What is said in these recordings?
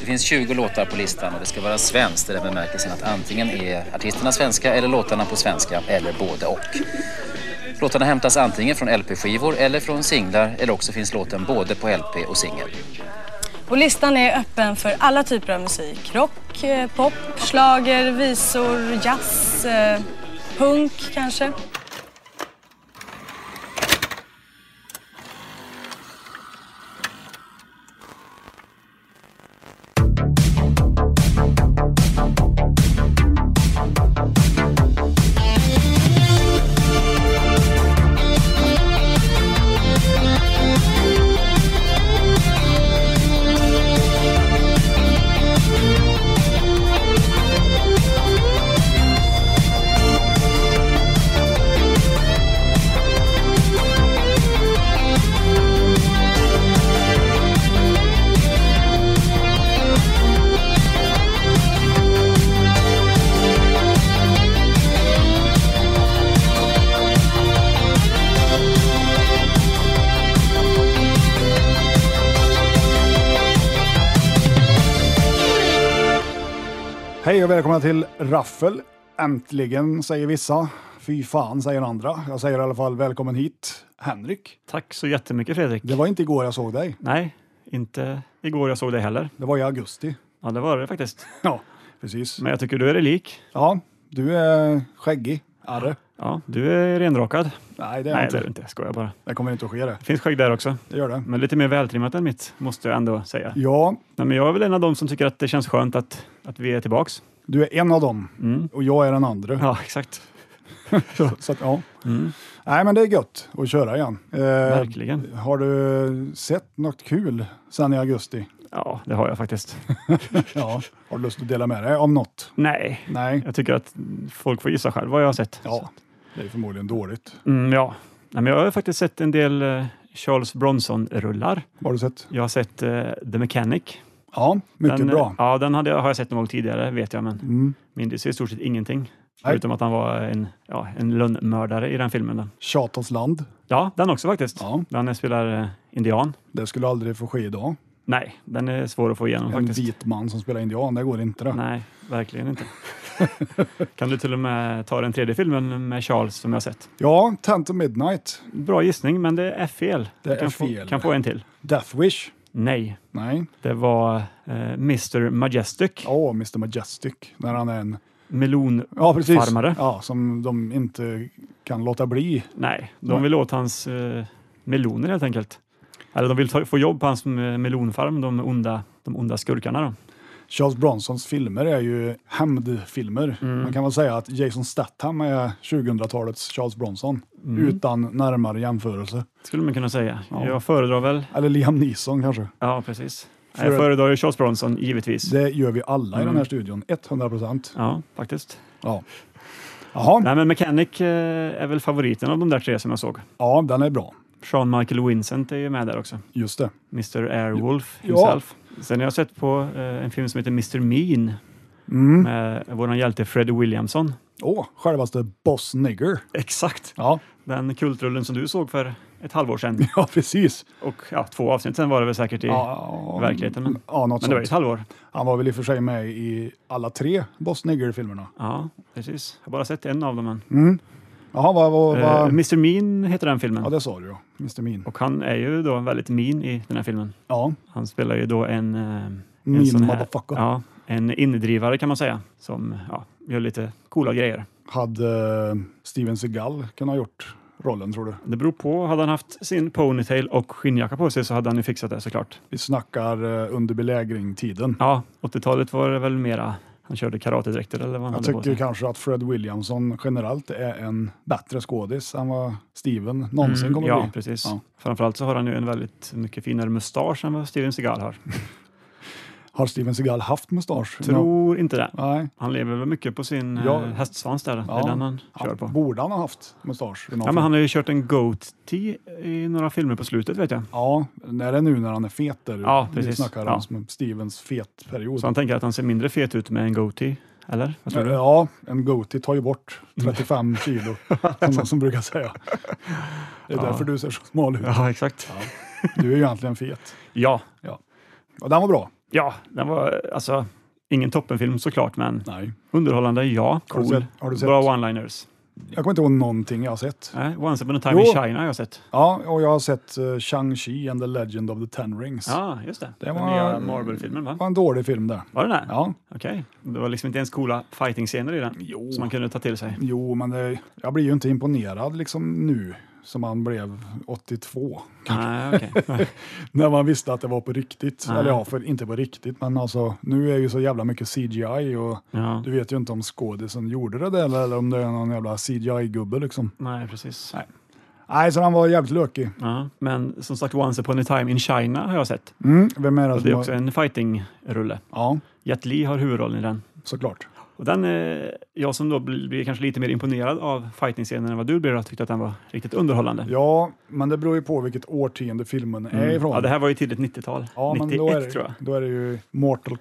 Det finns 20 låtar på listan och det ska vara svenskt i den bemärkelsen att antingen är artisterna svenska eller låtarna på svenska eller både och. Låtarna hämtas antingen från LP-skivor eller från singlar eller också finns låten både på LP och singel. Och listan är öppen för alla typer av musik. Rock, eh, pop, schlager, visor, jazz, eh, punk kanske. Hej och välkomna till Raffel. Äntligen säger vissa. Fy fan säger andra. Jag säger i alla fall välkommen hit, Henrik. Tack så jättemycket Fredrik. Det var inte igår jag såg dig. Nej, inte igår jag såg dig heller. Det var i augusti. Ja, det var det faktiskt. Ja, precis. Men jag tycker du är det lik. Ja, du är skäggig. Arre. Ja, du är renrakad. Nej, det är jag Nej, det inte. är du inte. Jag skojar bara. Det kommer inte att ske det. Det finns skägg där också. Det gör det. Men lite mer vältrimmat än mitt, måste jag ändå säga. Ja, Nej, men jag är väl en av dem som tycker att det känns skönt att, att vi är tillbaks. du är en av dem Mm. och jag är den andra. Ja, exakt. Så att, ja. Mm. Nej, men det är gött att köra igen. Eh, Verkligen. har du sett något kul sedan i augusti? Ja, det har jag faktiskt. Ja. Har du lust att dela med dig om något? Nej, Nej. jag tycker att folk får gissa själv vad jag har sett. Ja, det är förmodligen dåligt. Mm, ja. Nej, men jag har faktiskt sett en del eh, Charles Bronson-rullar. Vad har du sett? Jag har sett eh, The Mechanic. Ja, mycket den, eh, bra. Ja, den hade, jag- har jag sett någon gång tidigare, vet jag, men Mm. mindes i stort sett ingenting. Nej. Förutom att han var en, ja, en lönnmördare i den filmen. då. Tjatans land. Ja, den också faktiskt. Ja, Den spelar eh, indian. det skulle aldrig få ske idag. Nej, den är svår att få igenom En faktiskt. vit man som spelar indian, det går inte. Det. Nej, verkligen inte. kan du till och med ta den tredje filmen med Charles som jag har sett? Ja, Tent of Midnight. Bra gissning, men det är fel. Det du är kan fel. Få, kan få en till. Death Wish. Nej, Nej. det var eh, Mr Majestic, Åh, Mr Majestic. När han är en... melon... Ja, precis. Farmare. Ja, som de inte kan låta bli. Nej, Nej. de vill åt hans eh, meloner helt enkelt. Eller de vill ta, få jobb på hans eh, melonfarm, de onda, de onda skurkarna. Då. Charles Bronsons filmer är ju hämndfilmer. Mm. Man kan väl säga att Jason Statham är 2000-talets Charles Bronson. Mm. Utan närmare jämförelse. Skulle man kunna säga. Ja. Jag föredrar väl... Eller Liam Neeson kanske. Ja, precis. Före- Jag föredrar ju Charles Bronson, givetvis. Det gör vi alla Mm. i den här studion. 100 procent. Ja, faktiskt. Ja. Jaha, Nej, men Mechanic eh, är väl favoriten av de där tre som jag såg. ja den är bra. Sean Michael Vincent är ju med där också. Just det. Mr Airwolf Ja. himself. Sen har jag sett på eh, en film som heter Mr Mean Mm. med vår hjälte Freddie Williamson. Åh, självaste Boss Nigger. Exakt. Ja, Den kultrullen som du såg för ett halvår sedan. ja precis. Och ja, två avsnitt sen var det väl säkert i Ja, verkligheten. Men, ja, något men det var sånt. ju ett halvår. Han var väl i och för sig med i alla tre Boss Nigger-filmerna. Ja, precis. Jag har bara sett en av dem. Men. Mm. Jaha, vad... vad, Eh, vad... Mr Mean heter den filmen. Ja, det sa du ja. Mr Mean. Och han är ju då väldigt mean i den här filmen. Ja, Han spelar ju då en... eh, en Mean sån här- motherfucker. Ja, en innedrivare kan man säga. Som ja, gör lite coola grejer. hade eh, Steven Seagal kunnat ha gjort rollen tror du? Det beror på. Hade han haft sin ponytail och skinnjacka på sig så hade han ju fixat det såklart. Vi snackar eh, under belägringstiden. Ja, 80-talet var det väl mera... Han körde karatedräkter eller vad Jag han hade på tycker sig. kanske att Fred Williamson generellt är en bättre skådis än vad Steven någonsin Mm, kommer ja, bli. precis. Ja. Framförallt så har han ju en väldigt mycket finare mustasch än vad Steven Seagal har. Har Steven Seagal haft mustasch? No. Tror inte det. Nej. Han lever väl mycket på sin Ja. ja. hästsvans där. Det Ja. är den han Ja, kör på. Borde han ha haft mustasch? i någon Ja, men film? han har ju kört en goat-tee i några filmer på slutet vet jag. Ja, när det är nu när han är fet där. Ja, Vi precis. snackar Ja. om som Stevens fetperiod. Så han tänker att han ser mindre fet ut med en goatee. Eller? Vad tror du? Mm. Ja, en goatee tar ju bort 35 kilo, som de som brukar säga. Det är Ja. därför du ser så smal ut. Ja, exakt. Du är ju egentligen fet. Ja, Och den var bra. Ja, den var alltså ingen toppenfilm såklart, men Nej. underhållande, ja. Har du Cool. sett- har du sett- Bra one-liners. Jag kommer inte ihåg någonting jag har sett. Nej, Once upon a time Jo. in China har jag sett. Ja, och jag har sett uh, Shang-Chi and the Legend of the Ten Rings. Ja, just det. Det Den var- nya Marvel-filmen, va? Det var en dålig film där. Var det den där? Ja. Okej. Det var liksom inte ens coola fighting-scener i den Jo. som man kunde ta till sig. Jo, men det, jag blir ju inte imponerad liksom nu som man blev 82. Nej, okej. När man visste att det var på riktigt. Nej. Eller ja, för, inte på riktigt, men alltså nu är ju så jävla mycket CGI och Ja. du vet ju inte om skådisen gjorde det där eller, eller om det är någon jävla CGI-gubbe liksom. Nej, precis. Nej. Nej, så han var jävligt lökig. Ja. Men som sagt, Once upon a time in China har jag sett. Mm, vem är det Och det är som också har... en fighting-rulle. Ja, Jet Li har huvudrollen i den. såklart. Och den, eh, jag som då blir blir kanske lite mer imponerad av fighting-scenen än vad du blir, jag tyckte att den var riktigt underhållande. Ja, men det beror ju på vilket årtionde filmen är ifrån. Mm. Ja, det här var ju tidigt 90-tal. Ja, 91 men då är, tror jag. det, då är det ju Mortal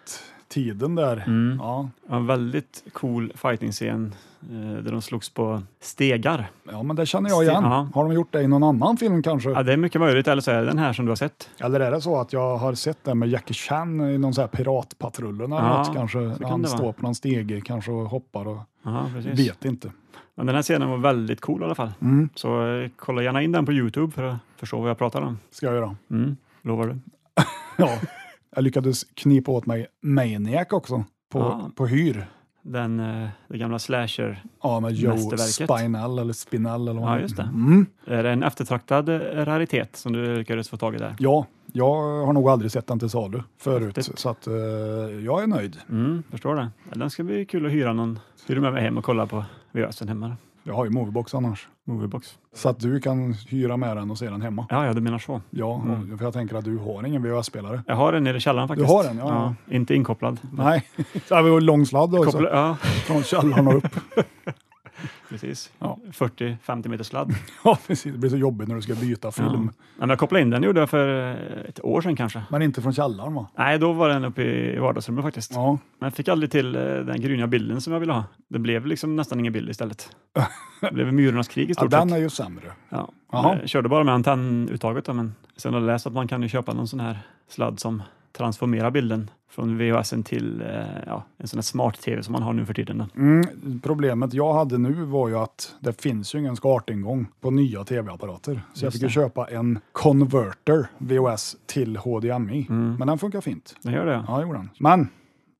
Kombat-tiden där. Mm. Ja, Det var En väldigt cool fighting-scen eh, där de slogs på stegar. ja, men det känner jag Sten- igen. ja. Har de gjort det i någon annan film kanske? Ja, det är mycket möjligt, eller så är det den här som du har sett. Eller är det så att jag har sett det med Jackie Chan i någon sån här piratpatrullen eller Ja, något kanske? kan Han det vara. står på någon stege kanske och hoppar och Ja, precis. vet inte. Men den här scenen var väldigt cool i alla fall. Mm, Så eh, kolla gärna in den på Youtube för att förstå vad jag pratar om. ska jag göra. Mm, lovar du? Ja. jag lyckades knipa åt mig Maniac också på, Ja. på hyr. Den, eh, det gamla slasher. Ja, med Joe Mästerverket. Spinell eller Spinell eller vad Ja, han- just det. Mm, Är det en eftertraktad eh, raritet som du lyckades få tag i där? ja, jag har nog aldrig sett den till salu förut, Häftigt. så att eh, jag är nöjd. Mm, förstår det. Ja, Den ska bli kul att hyra någon. Hyr du med mig hem och kolla på VHSen hemma? då? Jag har ju Moviebox annars. Moviebox. Så att du kan hyra med den och se den hemma. Ja, ja, du menar så. Ja, Mm. för jag tänker att du har ingen VHS-spelare. Jag har den nere i källaren faktiskt. har den, ja, Inte inkopplad. Nej, det här var ju lång sladd då, Koppla, så ja, från källaren och upp. precis. Ja. 40-50 meters sladd. Ja, precis. Det blir så jobbigt när du ska byta film. Ja. Men jag kopplade in den gjorde jag för eh, ett år sedan kanske. Men inte från källaren va? Nej, då var den uppe i vardagsrummet faktiskt. Ja, Men jag fick aldrig till eh, den gryniga bilden som jag ville ha. Det blev liksom nästan ingen bild istället. Det blev myrornas krig i ja stort den är sett. ju sämre. Ja. Jaha. Jag körde bara med antennuttaget. Då, men sen har jag läst att man kan ju köpa någon sån här sladd som transformerar bilden från VHSen till eh, ja, en sån här smart-tv som man har nu för tiden. Då. Mm, problemet jag hade nu var ju att det finns ju ingen skartingång på nya tv-apparater. Så jag Just fick ju det. köpa en converter VHS till HDMI. Mm. Men den funkar fint. Den gör det, ja. Ja, det gjorde den. Men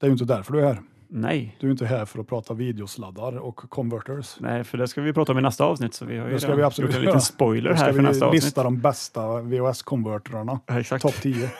det är ju inte därför du är här. Nej. Du är ju inte här för att prata videosladdar och converters. Nej, för det ska vi prata om i nästa avsnitt. Så vi har ju Det ska redan vi absolut gjort en göra. liten spoiler Då ska här för nästa vi avsnitt. lista de bästa VHS-konverterarna. Ja, exakt. Topp 10.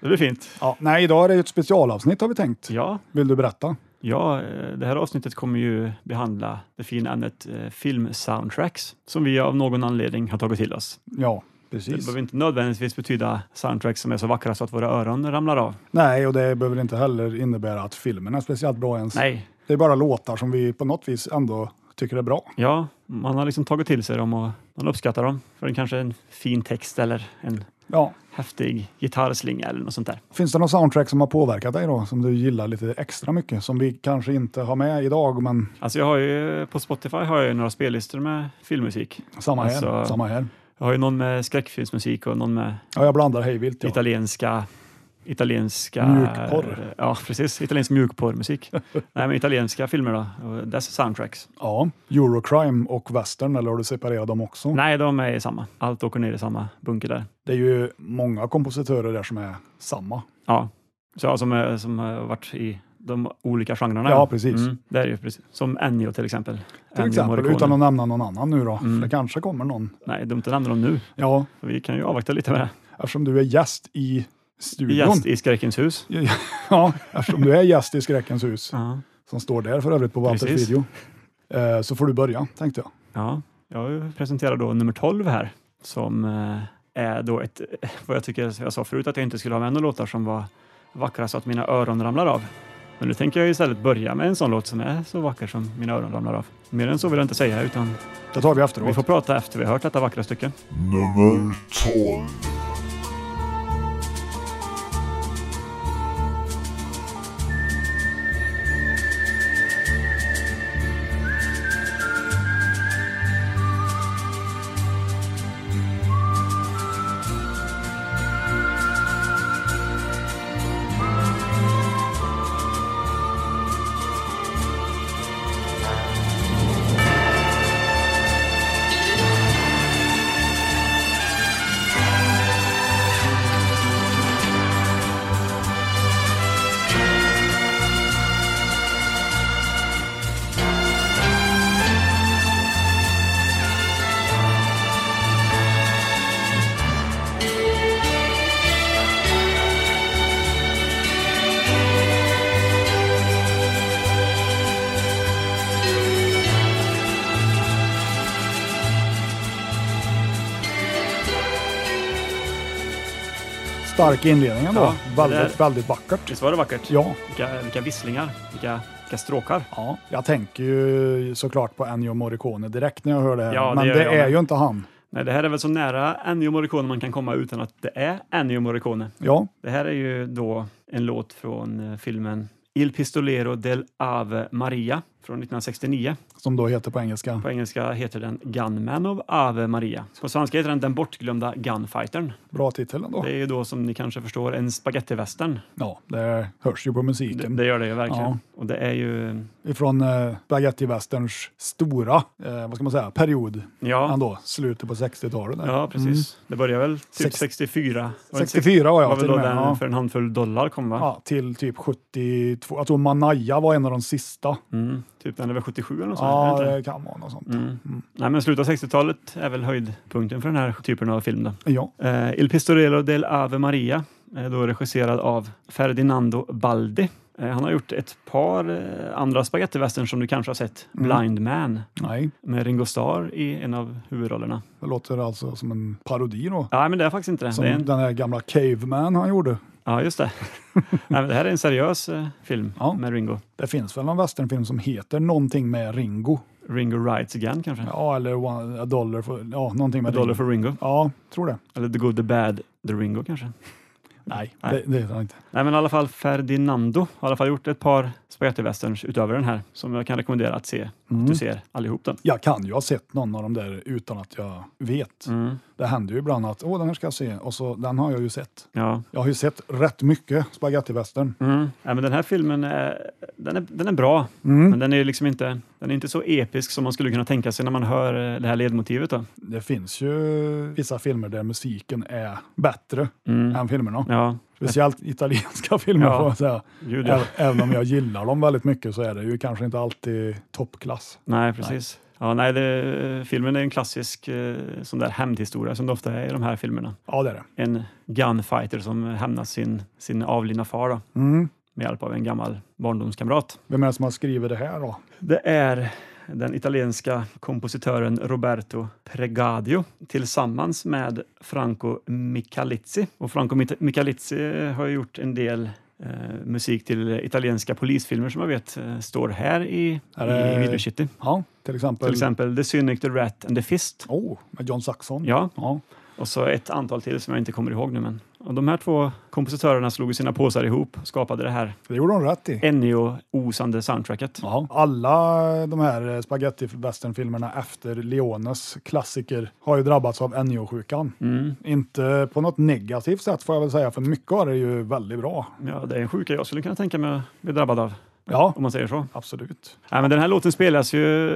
Det blir fint. Ja, nej, idag är det ju ett specialavsnitt har vi tänkt. Ja, Vill du berätta? Ja, eh, det här avsnittet kommer ju behandla det fina ämnet eh, filmsoundtracks som vi av någon anledning har tagit till oss. Ja, Det precis. behöver inte nödvändigtvis betyda soundtracks som är så vackra så att våra öron ramlar av. Nej, och det behöver inte heller innebära att filmen är speciellt bra ens. Nej, Det är bara låtar som vi på något vis ändå tycker är bra. ja, man har liksom tagit till sig dem och man uppskattar dem för en, kanske en fin text eller en Ja. häftig gitarrslinga eller något sånt där. Finns det någon soundtrack som har påverkat dig då, som du gillar lite extra mycket, som vi kanske inte har med idag, men Alltså jag har ju, på Spotify har jag ju några spellistor med filmmusik. samma här. Alltså- Samma här. Jag har ju någon med skräckfilmsmusik och någon med Ja, jag blandar hejvilt. Ja. italienska italienska Mjukporr. Ja, precis. Italiensk mjukporrmusik. Nej, men italienska filmer då, och dess soundtracks. ja. Eurocrime och western, eller har du separerat dem också? Nej, de är i samma. Allt åker ner i samma bunker där. Det är ju många kompositörer där som är samma. Ja, så ja, som, är- som har varit i de olika genrerna. Mm. Ja, precis. det är ju precis. Som Ennio Mm. till exempel. Till exempel, utan att nämna någon annan nu då, för det kanske kommer någon. Nej, dumt att nämna dem nu. Ja, Så Vi kan ju avvakta lite med det. eftersom du är gäst i studion. Gäst i Skräckens hus. Ja, eftersom du är gäst i Skräckens hus, Ja. som står där för övrigt på Walters Precis. video, eh, så får du börja, tänkte jag. Ja, jag presenterar då nummer 12 här som eh, är då ett, eh, vad jag tycker jag sa förut att jag inte skulle ha med några låtar som var vackra så att mina öron ramlar av. Men nu tänker jag istället börja med en sån låt som är så vacker som mina öron ramlar av. Mer än så vill jag inte säga utan Det tar vi vi efteråt. får prata efter vi har hört detta vackra stycke. Nummer 12. stark inledning ändå. Ja, väldigt, det väldigt vackert. Visst var det vackert? Ja. Vilka, vilka visslingar, vilka, vilka stråkar. ja, jag tänker ju såklart på Ennio Morricone direkt när jag hör det här. Ja, det Men gör det jag är med. ju inte han. Nej, det här är väl så nära Ennio Morricone man kan komma utan att det är Ennio Morricone. Ja, Det här är ju då en låt från eh, filmen Il Pistolero del Ave Maria från 1969. som då heter på engelska. På engelska heter den Gunman of Ave Maria. På svenska heter den Den bortglömda Gunfightern. Bra titel ändå. Det är ju då som ni kanske förstår en spagettivästern. Ja, det hörs ju på Det, musiken. det gör det ju verkligen. Ja. Och det är ju, Ifrån eh, Spaghetti-västerns stora, eh, vad ska man säga, period ja, ändå. Slutet på 60-talet. där. ja precis. Det börjar väl typ Mm. Sex- 64. Var det inte 64 var var jag väl till då och med. den Ja. för en handfull dollar kom va? Ja, till typ 72. Jag tror Manaya var en av de sista. Mm. Typ den är väl 77 eller något sånt? är Ja, det inte det? det kan vara något sånt. Mm. Nej, men slutet av 60-talet är väl höjdpunkten för den här typen av film. Då. Ja, Eh, Il Pistolero del Ave Maria är då regisserad av Ferdinando Baldi. Eh, han har gjort ett par eh, andra spagettivästern som du kanske har sett. Mm. Blind Man nej. med Ringo Starr i en av huvudrollerna. Det låter alltså som en parodi då. Nej, men det är faktiskt inte det. Som det är en, den här gamla Caveman han gjorde. ja, just det. Nej, men det här är en seriös eh, film Ja. med Ringo. Det finns väl någon westernfilm som heter någonting med Ringo? Ringo Rides Again kanske? Ja, eller one, a dollar for, ja, någonting med A Dollar Ringo. for Ringo. Ja, tror det. Eller The Good, The Bad, The Ringo kanske? Nej, Nej. det, det heter han inte. Nej, men i alla fall Ferdinando har i alla fall gjort ett par spagettivästerns utöver den här som jag kan rekommendera att se. Att du ser allihop den. Mm. Jag kan ju ha sett någon av de där utan att jag vet. Mm. Det händer ju ibland att åh, den här ska jag se och så den har jag ju sett. Ja. Jag har ju sett rätt mycket spagettivästern. Mm. Nej, men den här filmen är, den är, den är bra, Mm. men den är liksom inte, den är inte så episk som man skulle kunna tänka sig när man hör eh, det här ledmotivet. Då. Det finns ju vissa filmer där musiken är bättre Mm. än filmerna. Ja, Speciellt italienska filmer Ja. får man säga. gud ja. Även, även om jag gillar dem väldigt mycket så är det ju kanske inte alltid toppklass. Nej, precis. Ja, nej, det, filmen är en klassisk eh, sån där hämndhistoria som det ofta är i de här filmerna. Ja, det är det. En gunfighter som hämnas sin, sin avlidna far då, Mm. med hjälp av en gammal barndomskamrat. Vem är det som har skrivit det här då? Det är den italienska kompositören Roberto Pregadio tillsammans med Franco Michalizzi. Och Franco Mit- Michalizzi har ju gjort en del eh, musik till italienska polisfilmer som jag vet eh, står här i, Är det- i Video City. Ja, till exempel. Till exempel The Cynic, The Rat and The Fist. Oh, med John Saxon. Ja, Ja. och så ett antal till som jag inte kommer ihåg nu. Men. Och de här två kompositörerna slog sina påsar ihop och skapade det här Det gjorde de rätt i. Ennio-osande soundtracket. Ja. Alla de här spaghetti filmerna efter Leones klassiker har ju drabbats av NO-sjukan. Mm. Inte på något negativt sätt får jag väl säga, för mycket av det är ju väldigt bra. Ja, det är en sjuka jag skulle kunna tänka mig att bli drabbad av, Ja, om man säger så. absolut. Ja, men den här låten spelas ju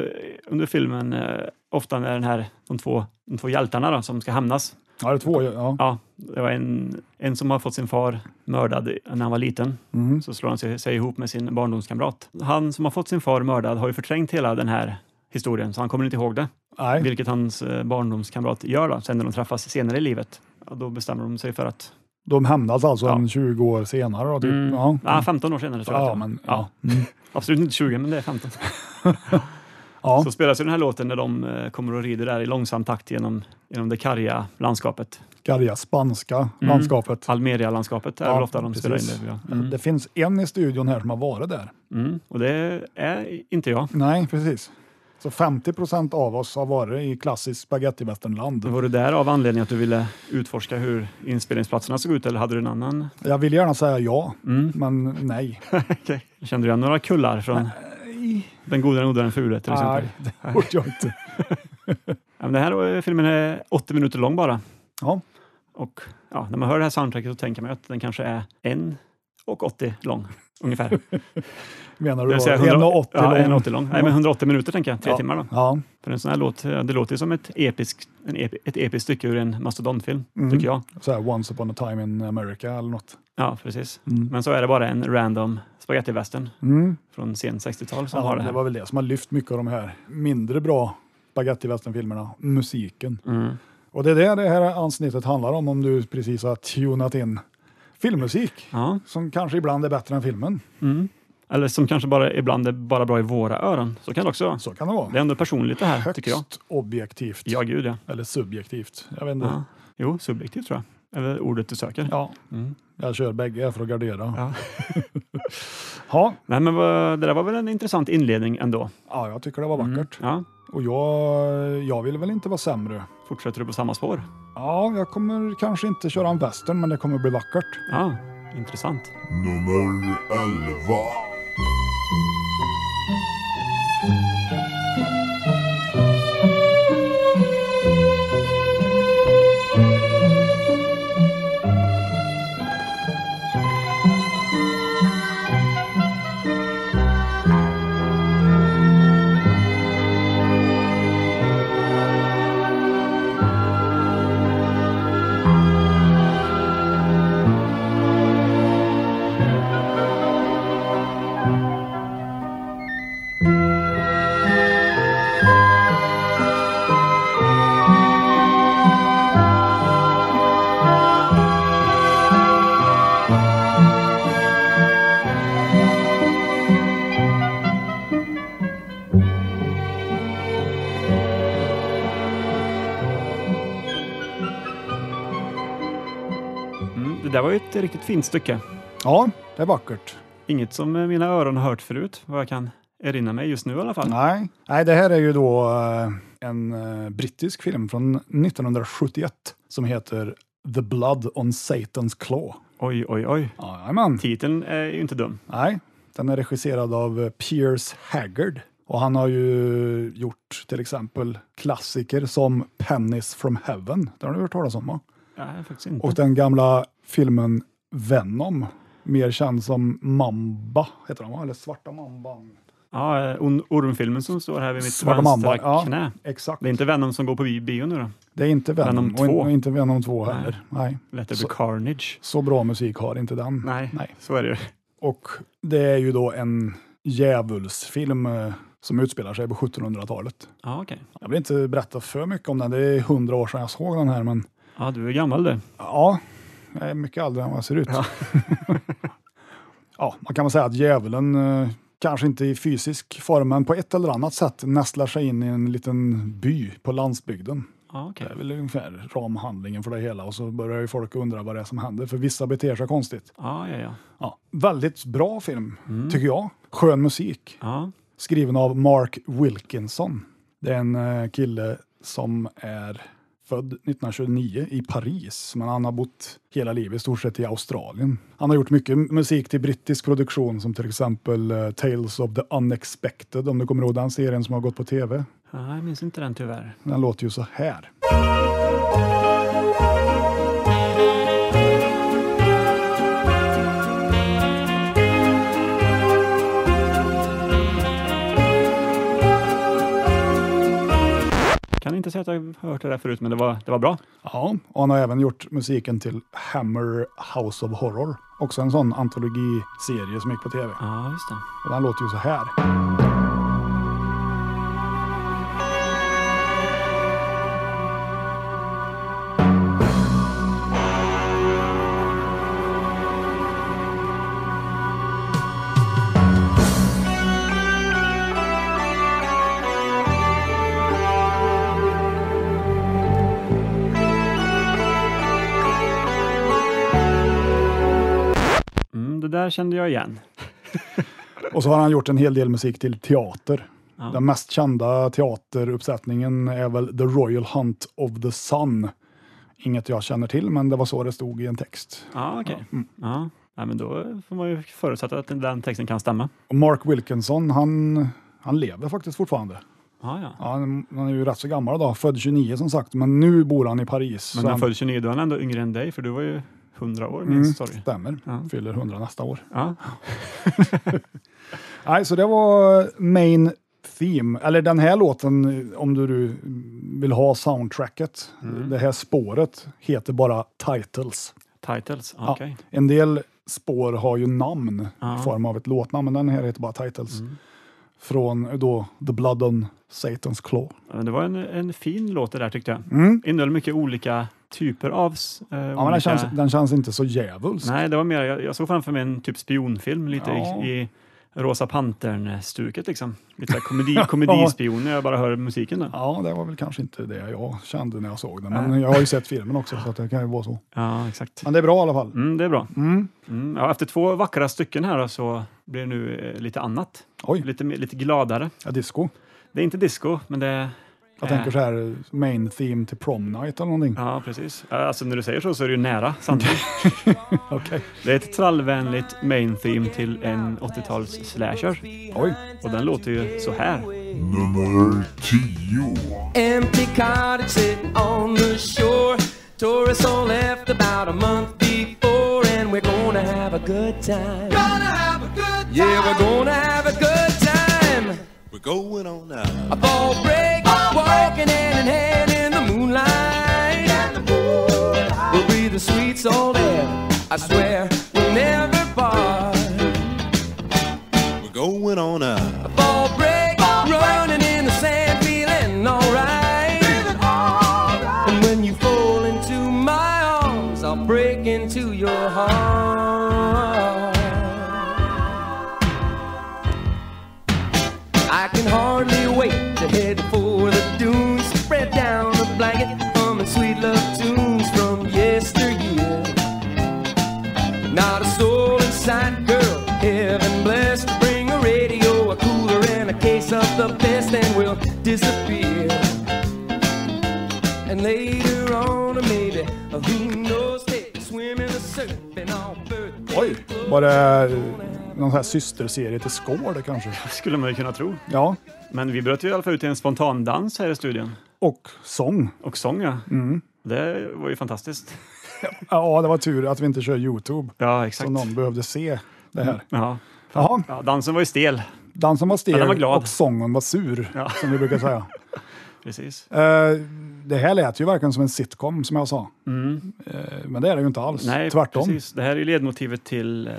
under filmen eh, ofta när den här, de, två, de två hjältarna då, som ska hämnas. Ja, det är två. Ja. Ja, det var en, en som har fått sin far mördad när han var liten. Mm. Så slår han sig, sig ihop med sin barndomskamrat. Han som har fått sin far mördad har ju förträngt hela den här historien, så han kommer inte ihåg det. Nej. Vilket hans eh, barndomskamrat gör då, sen när de träffas senare i livet. Ja, då bestämmer de sig för att... De hämnas alltså Ja. en 20 år senare. Då, typ. Mm, ja. ah, 15 år senare tror jag. att Ja, det var. men, ja. ja. Mm. Absolut inte 20, men det är 15. Ja. Så spelas ju den här låten när de eh, kommer och rider där i långsam takt genom, genom det karga landskapet. Karga spanska landskapet. Almeria-landskapet Mm. är Ja, väl ofta de spelar in precis. det. Ja. Mm. Det finns en i studion här som har varit där. Mm. Och det är inte jag. Nej, precis. Så 50 procent av oss har varit i klassiskt spagettivästernland. Var det där av anledning att du ville utforska hur inspelningsplatserna såg ut eller hade du en annan? Jag vill gärna säga ja, Mm. men nej. Kände du igen några kullar från Den gode, den goda, den fule till exempel? Nej, det gjorde jag inte. Ja, men den här eh, filmen är 80 minuter lång bara. Ja. Och ja, när man hör det här soundtracket så tänker man ju att den kanske är en och 80 lång ungefär. Menar Det du vill då? säga 100 180 ja, lång? 180 lång. Nej, men 180 minuter tänker jag. Tre Ja. timmar då. Ja, För en sån här låt, eh, det låter ju som ett episkt, en ep, ett episkt stycke ur en mastodontfilm, Mm. tycker jag. så här Once upon a time in America eller något. Ja, precis. Mm. Men så är det bara en random spagettivästern Mm. från sen 60-tal som Ja, har det det här. var väl det som har lyft mycket av de här mindre bra spagettivästernfilmerna, musiken. Mm. Och det är det det här avsnittet handlar om, om du precis har tunat in filmmusik Ja. som kanske ibland är bättre än filmen. Mm. Eller som kanske bara ibland är bara bra i våra öron. Så kan det också vara. Så kan det vara. Det är ändå personligt det här, tycker jag. Högst objektivt Ja, gud ja. eller subjektivt. Jag vet inte. ja. Jo, subjektivt tror jag. är väl ordet du söker? Ja, Mm. jag kör bägge för att gardera. Ja. Ja, Nej, men vad, det där var väl en intressant inledning ändå. ja jag tycker det var vackert. Mm. Ja. Och jag, jag vill väl inte vara sämre. Fortsätter du på samma spår? Ja, jag kommer kanske inte köra en western, men det kommer bli vackert. Ja, intressant. nummer 11. Mm, det där var ju ett riktigt fint stycke. Ja, det är vackert. Inget som eh, mina öron har hört förut, vad jag kan erinra mig just nu i alla fall. Nej. Nej, det här är ju då eh, en eh, brittisk film från 1971 som heter The Blood on Satan's Claw. Oj, oj, oj. Jajamän. Titeln är ju inte dum. Nej, den är regisserad av eh, Pierce Haggard. Och han har ju gjort till exempel klassiker som Pennies from Heaven. Den har du hört talas om va? Nej, faktiskt inte. Och den gamla filmen Venom, mer känd som Mamba, heter den va? Eller Svarta Mamban. Ja, eh, on- ormfilmen som står här vid mitt Svarta vänstra Mamban, ja. knä. Exakt. Det är inte Venom som går på bi- bio nu då? Det är inte Venom, Venom och in- 2. och inte Venom 2 Nej. heller. Nej. Let it Så- be carnage. Så bra musik har inte den. Nej, Nej. så är det ju. Och det är ju då en djävulsfilm eh, som utspelar sig på 1700-talet. Ja, okej. Jag vill inte berätta för mycket om den, det är hundra år sedan jag såg den här, men Ja, du är gammal du. ja, jag är mycket äldre än vad jag ser ut. Ja. man kan väl säga att djävulen, eh, kanske inte i fysisk form, men på ett eller annat sätt nästlar sig in i en liten by på landsbygden. Ja, okej. Det är väl ungefär ramhandlingen för det hela och så börjar ju folk undra vad det är som händer, för vissa beter sig konstigt. Ja, ja, ja. Ja, Mm. väldigt bra film, tycker jag. Skön musik. ja. Skriven av Mark Wilkinson. Det är en eh, kille som är född 1929 i Paris, men han har bott hela livet i stort sett i Australien. Han har gjort mycket musik till brittisk produktion, som till exempel eh, Tales of the Unexpected, om du kommer ihåg den serien som har gått på tv. Ja, jag minns inte den tyvärr. Den låter ju så här. Kan inte säga att jag har hört det där förut, men det var, det var bra. Ja, och han har även gjort musiken till Hammer House of Horror. Också en sån antologiserie som gick på tv. Ja, just det. Och den låter ju så här. Mm, det där kände jag igen. Och så har han gjort en hel del musik till teater. Ja. Den mest kända teateruppsättningen är väl The Royal Hunt of the Sun. Inget jag känner till, men det var så det stod i en text. Ja, okej. Mm. Ja. Nej, men då får man ju förutsätta att den texten kan stämma. Och Mark Wilkinson, han, han lever faktiskt fortfarande. Ja, ja. Ja, han, han är ju rätt så gammal idag, född 29 som sagt, men nu bor han i Paris. Men så den han föddes 29, då är han ändå yngre än dig, för du var ju 100 år Mm. minst. Sorry. stämmer, Ja. fyller 100 nästa år. Ja. Nej, så det var eh, main theme. Eller den här låten, eh, om du, du vill ha soundtracket. Det här spåret heter bara titles. Titles, Ja, okej. En del spår har ju namn Ja. i form av ett låtnamn, men den här heter bara titles. Från eh, då The Blood on Satan's Claw. Ja, men Det var en, en fin låt det där tyckte jag. Mm. Innehöll mycket olika typer av... s- Eh, Ja, men den, känns, den känns inte så djävulsk. Nej, det var mer, jag, jag såg framför mig en typ spionfilm lite Ja. i, i Rosa Pantern-stuket liksom. Lite så här komedi, komedispioner, jag bara hör musiken där. Ja, det var väl kanske inte det jag kände när jag såg den, men jag har ju sett filmen också så att det kan ju vara så. Ja, exakt. Men det är bra i alla fall. Mm, det är bra. Mm. Mm, ja, efter två vackra stycken här då, så blir det nu eh, lite annat. Oj, Lite, mer- lite gladare. ja, disco. Det är inte disco, men det är... Jag eh, tänker så här main theme till prom night eller någonting. Ja, precis. Ja, Alltså när du säger så så är det ju nära sanningen. Okej. Det är ett trallvänligt main theme till en 80-tals slasher. Oj, Och den låter ju så här. nummer 10, Empty cottage sitting on the shore. Tourists all left about a month before, and we're gonna have a good time. Gonna have a good time. Yeah, we're gonna have a good time. We're going on now. A fall break, walking hand in hand in the moonlight. We'll be the sweet soul air. I swear we'll never part. We're going on now. Ball break, running in the sand, feeling alright. And when you fall into my arms, I'll break into your heart. I can hardly wait to head for the dunes, spread down the blanket, humming sweet love tunes from yesteryear. Not a soul in sight, girl. Heaven bless. Bring a radio, a cooler, and a case of the best, and we'll disappear. And later on, or maybe, or who knows, take a swim in a surf and all birthday. oj. Var det någon sån här systerserie till Skål kanske? Skulle man ju kunna tro. Ja, Men vi bröt ju i alla fall ut i en spontan dans här i studion. och sång. Och sång ja. Det var ju fantastiskt. Ja, det var tur att vi inte kör Youtube, Ja, så exakt. någon behövde se det här. Ja. Jaha, ja, dansen var ju stel. dansen var Ja, den stel var glad. och sången var sur, Ja. som vi brukar säga. Precis. Eh, det här lät ju verkligen som en sitcom, som jag sa. Eh, men det är det ju inte alls. Nej, Tvärtom. precis. Det här är ju ledmotivet till eh,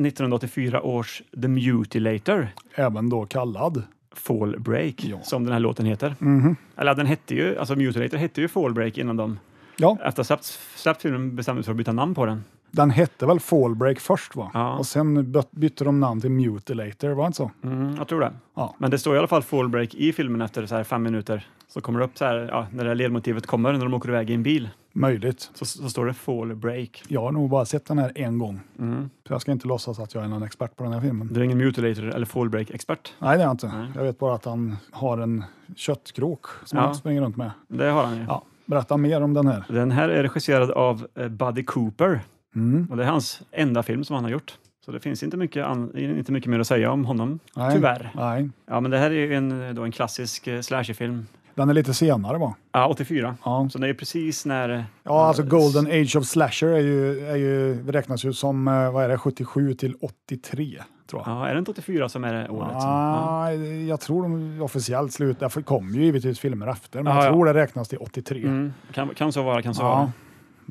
1984 års The Mutilator, Även då kallad. Fall Break, Ja. Mhm. som den här låten heter. Eller den hette ju, alltså Mutilator hette ju Fall Break innan de, Ja, efter att ha släppt- släppt filmen bestämde sig för att byta namn på den. den hette väl Fall Break först va? Ja. Och sen byt- bytte de namn till Mutilator, var det inte så? Mm, jag tror det. Mhm. Ja. Men det står i alla fall fall break i filmen efter så här fem minuter. Så kommer det upp så här, ja, när det här ledmotivet kommer, när de åker iväg i en bil, Möjligt. så, så står det fall break. Jag har nog bara sett den här en gång. Mm. Så jag ska inte låtsas att jag är någon expert på den här filmen. Du är ingen mutilator eller fall break-expert. Nej, det är jag inte. Nej. Jag vet bara att han har en köttkrok som Ja. han springer runt med. Det har han ju. Ja, berätta mer om den här. Den här är regisserad av eh, Buddy Cooper Mm. och det är hans enda film som han har gjort. Så det finns inte mycket, an- inte mycket mer att säga om honom, Nej. tyvärr. Nej. Ja, men det här är ju en, då en klassisk eh, slasherfilm. Den är lite senare va? Ja, 84. Ja. Så det är precis när... eh, Ja, alltså Golden Age of Slasher är ju, är ju, räknas ju som eh, vad är det, 77 till 83 tror jag. Ja, är det inte 84 som är det året? som- ja. Ah, jag tror de officiellt slut, därför kom ju givetvis filmer efter, men Ja, jag ja. tror det räknas till 83. Mm, kan, kan så vara, kan så Ja. vara.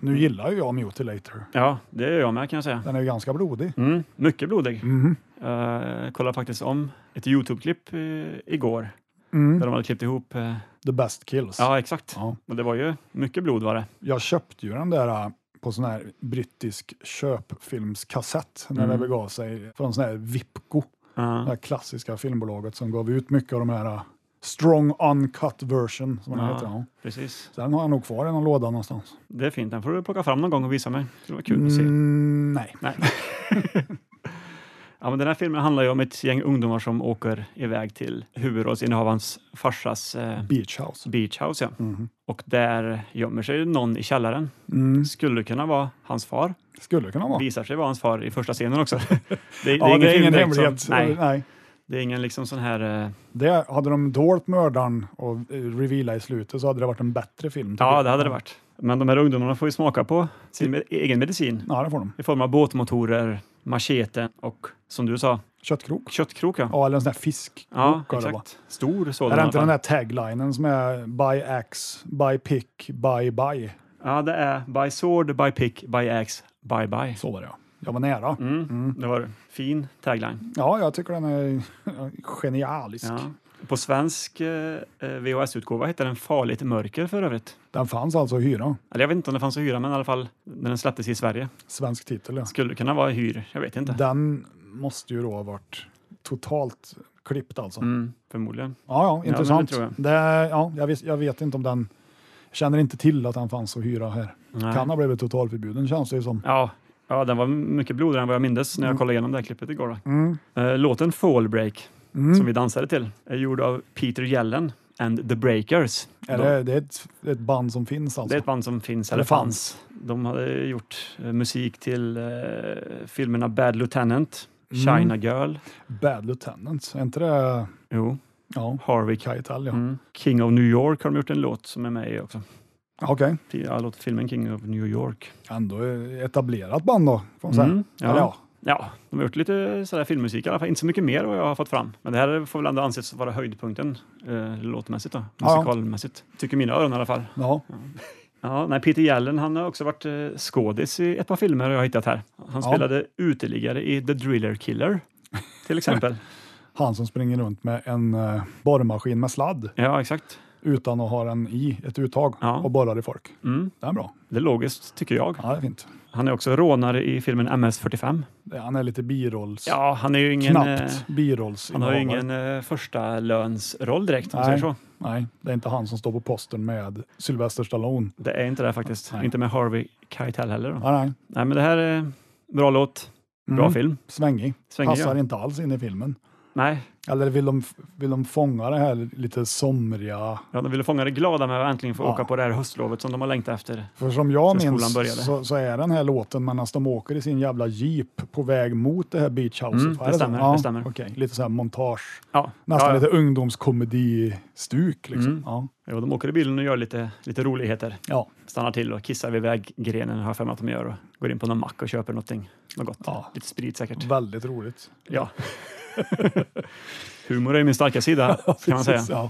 Nu gillar ju jag Mutilator. Ja, det gör jag med kan jag säga. Den är ju ganska blodig. Mm, mycket blodig. Mhm. Uh, kollade faktiskt om ett Youtube-klipp eh, igår Mm. där de hade klippt ihop. eh, The best kills. ja, exakt. Ja. Och det var ju mycket blod var det. Jag köpte ju den där eh, på sån här brittisk köpfilmskassett när Mm. det begav sig från sån här Vipco, det Ja, här klassiska filmbolaget som gav ut mycket av de här eh, strong uncut version som den Ja. heter. Ja. precis. Så den har jag nog kvar i någon låda någonstans. Det är fint. Den får du plocka fram någon gång och visa mig. Det var kul att se. Mm, nej. Nej. ja, men den här filmen handlar ju om ett gäng ungdomar som åker iväg till huvudrollsinnehavarens farsas eh, Beach House. beach house. Ja. Mhm. Och där gömmer sig någon i källaren. Mm. Skulle kunna vara hans far. Skulle kunna vara. visar sig vara hans far i första scenen också. Det, det är Ja, det är film ingen direkt som- hemlighet. Eh, nej, nej. det är ingen liksom sån här... eh, Det, hade de dolt mördaren och eh, reveala i slutet så hade det varit en bättre film. tycker Ja, jag. det hade det varit. Men de här ungdomarna får ju smaka på sin me- egen medicin Ja, det får de. i form av båtmotorer, macheten och som du sa, Köttkrok. köttkrok. Ja, Ja, eller en sån där fisk. ja har det exakt. Stor sådan. Är i det alla inte fall. den där taglinen som är by axe, by pick, by by? Ja, det är by sword, by pick, by axe, by bye. Så var det ja. Jag var nära. Mm, Det var det. Fin tagline. Ja, jag tycker den är genialisk. Ja. På svensk eh, eh, VHS-utgåva hette den Farligt mörker för övrigt. Den fanns alltså att hyra. Eller jag vet inte om det fanns att hyra, men i alla fall när den släpptes i Sverige. Svensk titel. Ja. Skulle kunna vara hyr, jag vet inte. Den måste ju då ha varit totalt klippt alltså. Mm, förmodligen. Ja, ja, men intressant. det Ja, tror det ja, jag, vis, jag vet inte om den... Känner inte till att han fanns att hyra här. Nej. Kan ha blivit totalförbjuden känns det ju som. Ja, ja, den var mycket blodigare än vad jag mindes när jag kollade igenom det här klippet igår. Då. Mm. Eh, Låten Fall Break, Mm. som vi dansade till, är gjord av Peter Yellen and The Breakers. Är De- det, det är ett, ett band som finns alltså? Det är ett band som finns, eller Eller fanns. De hade gjort eh, musik till eh, filmerna Bad Lieutenant, Mm. China Girl, Bad Lieutenants, är inte det... jo, Ja, Harvey Keitel. Keitel ja. Mm. King of New York har de gjort en låt som är med i också. Okej, Ja, låt filmen King of New York. ändå etablerat band då, får man säga. Mm, Eller ja. ja. ja, de har gjort lite sådär filmmusik i alla fall. Inte så mycket mer vad jag har fått fram. Men det här får väl ändå anses vara höjdpunkten eh, låtmässigt då, Ja. musikalmässigt. Tycker mina öron i alla fall. ja. Ja, nej, Peter Yellen han har också varit eh, skådis i ett par filmer jag har hittat här. Han Ja. spelade uteliggare i The Driller Killer till exempel. Han som springer runt med en eh, borrmaskin med sladd ja, exakt. utan att ha den i ett uttag Ja. och borrar i folk. Mm. Det är bra. Det är logiskt tycker jag. Ja, det är fint. Han är också rånare i filmen MS-45. Det- Han är lite birolls... Ja, han är ju ingen... eh, Knappt birollsinnehavare. Han har ju ingen eh, första lönsroll direkt om man Nej. säger så. Nej, det är inte han som står på posten med Sylvester Stallone. Det är inte det faktiskt. Nej. Inte med Harvey Keitel heller. Då. Nej, nej. Nej, men det här är bra låt, Mm. bra film. Svängig. Svänger Passar jag. inte alls in i filmen. Nej, Eller vill de, vill de fånga det här lite somriga? ja, de ville fånga det glada med att äntligen få Ja. åka på det här höstlovet som de har längtat efter. För som jag Sen skolan började. minns så, så är den här låten medan de åker i sin jävla jeep på väg mot det här beachhouset. Mm, va? det Är så? stämmer, Ja, det stämmer. okej. Lite så här montage, Ja, nästan ja, ja. lite ungdomskomedi-stuk. Liksom. Mm. Ja. Jo, de åker i bilen och gör lite, lite roligheter. Ja. Stannar till och kissar vid väggrenen, har jag för mig att de gör. Och går in på någon mack och köper någonting, något gott. Ja. Lite sprit säkert. Väldigt roligt. Ja. Humor är min starka sida, kan man säga. Precis, Ja,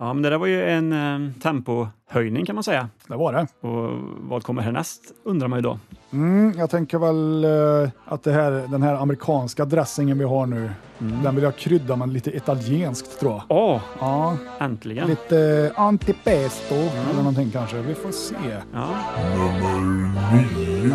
Ja, men det där var ju en eh, tempohöjning kan man säga. det var det. Och vad kommer härnäst undrar man ju då. Mm, jag tänker väl eh, att det här, den här amerikanska dressingen vi har nu, Mm. den vill jag krydda med lite italienskt tror jag. Åh, Ja, äntligen! lite antipesto Mm. eller någonting kanske. Vi får se. Ja. nummer nio.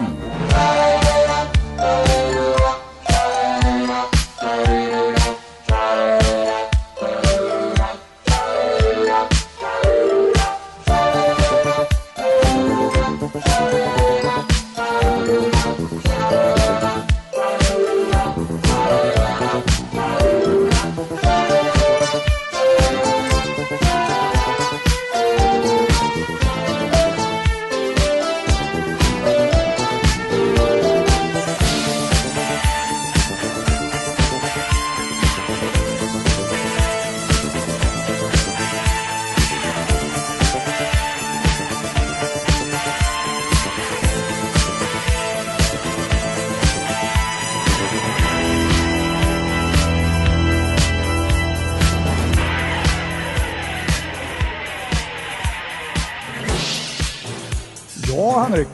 Ja, Henrik,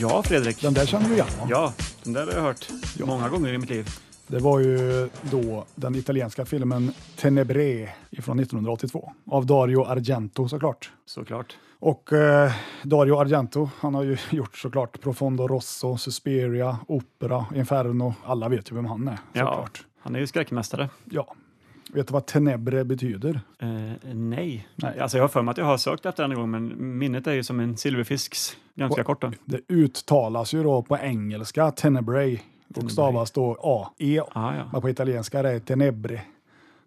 ja, Fredrik. den där känner du igen va? Ja, den där har jag hört många gånger i mitt liv. Det var ju då den italienska filmen Tenebre ifrån 1982 av Dario Argento såklart. Såklart. Och eh, Dario Argento, han har ju gjort såklart Profondo Rosso, Suspiria, Opera, Inferno. Alla vet ju vem han är såklart. Ja, han är ju skräckmästare. Ja. Vet du vad tenebre betyder? Eh, nej. Nej. Alltså jag har för mig att jag har sökt efter den en gång, men minnet är ju som en silverfisks. Ganska Och- kort då. Det uttalas ju då på engelska tenebre och stavas då A-E, Ah, ja. men på italienska är det tenebre.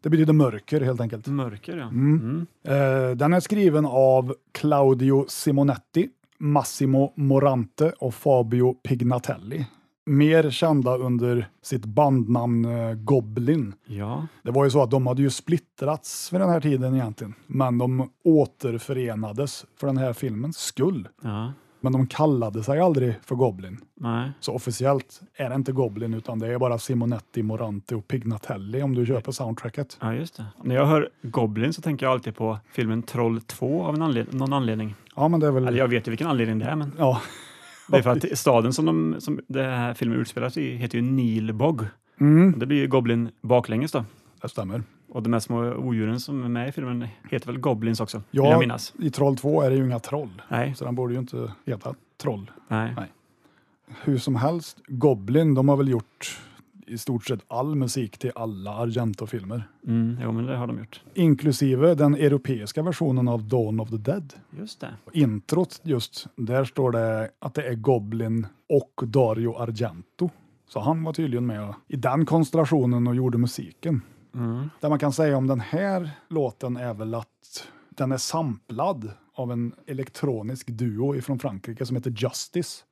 Det betyder mörker helt enkelt. Mörker ja. Mm. Eh, Den är skriven av Claudio Simonetti, Massimo Morante och Fabio Pignatelli. Mer kända under sitt bandnamn eh, Goblin. Ja, Det var ju så att de hade ju splittrats vid den här tiden egentligen, men de återförenades för den här filmens skull. ja. Men de kallade sig aldrig för Goblin. Nej. Så officiellt är det inte Goblin utan det är bara Simonetti, Morante och Pignatelli om du köper soundtracket. Ja, just det. När jag hör Goblin så tänker jag alltid på filmen Troll 2 av en anled- någon anledning. Ja, men det är Eller väl... jag vet ju vilken anledning det är, men Ja. det är för att staden som, de, som den här filmen utspelas i heter ju Nilbog. Mm, Det blir ju Goblin baklänges då. det stämmer. Och de här små odjuren som är med i filmen heter väl Goblins också, Ja, vill jag minnas. I Troll 2 är det ju inga troll, Nej, så den borde ju inte heta Troll. nej. Nej. Hur som helst, Goblin, de har väl gjort i stort sett all musik till alla Argento-filmer. Mm, jo, men det har de gjort. Inklusive den europeiska versionen av Dawn of the Dead. Just det. Introt just, där står det att det är Goblin och Dario Argento. Så han var tydligen med i den konstellationen och gjorde musiken. Mm. Det man kan säga om den här låten är väl att den är samplad av en elektronisk duo ifrån Frankrike som heter Justice.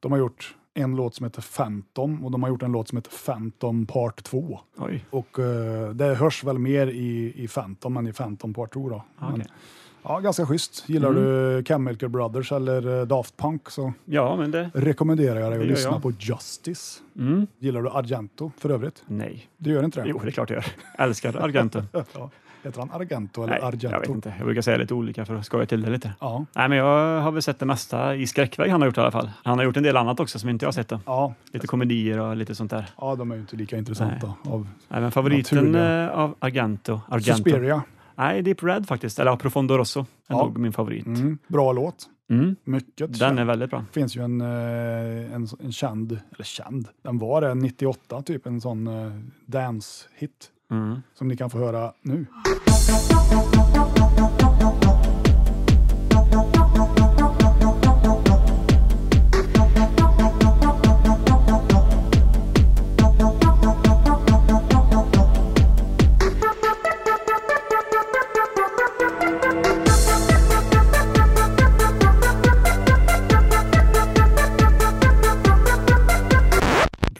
De har gjort en låt som heter Phantom och de har gjort en låt som heter Phantom Part 2. Oj. Och eh, det hörs väl mer i, i Phantom än i Phantom Part 2 då. Men, Okej. ja, ganska schysst. Gillar Mm. du Chemical Brothers eller eh, Daft Punk så Ja, men det... rekommenderar jag dig Det att gör lyssna jag. på Justice. Mm. Gillar du Argento för övrigt? Nej. Du gör inte det? Jo, det är klart jag gör. Älskar Argento. Ja. Heter han Argento eller Nej, Argento? jag vet inte. Jag brukar säga lite olika för att skoja till det lite. Ja. Nej, men jag har väl sett det mesta i skräckväg han har gjort i alla fall. Han har gjort en del annat också som inte jag har sett. Då. Ja, Lite komedier och lite sånt där. ja, de är ju inte lika intressanta. Av Nej, men favoriten Naturliga. eh, av Argento. Argento. Suspiria, Nej, Deep Red faktiskt. Eller ja, Profondo Rosso är Ja. nog min favorit. Mm. mm, bra låt. Mycket. Den känd. är väldigt bra. Det finns ju en, eh, en, en känd, eller känd, den var det 98, typ en sån eh, dance-hit Mm. som ni kan få höra nu.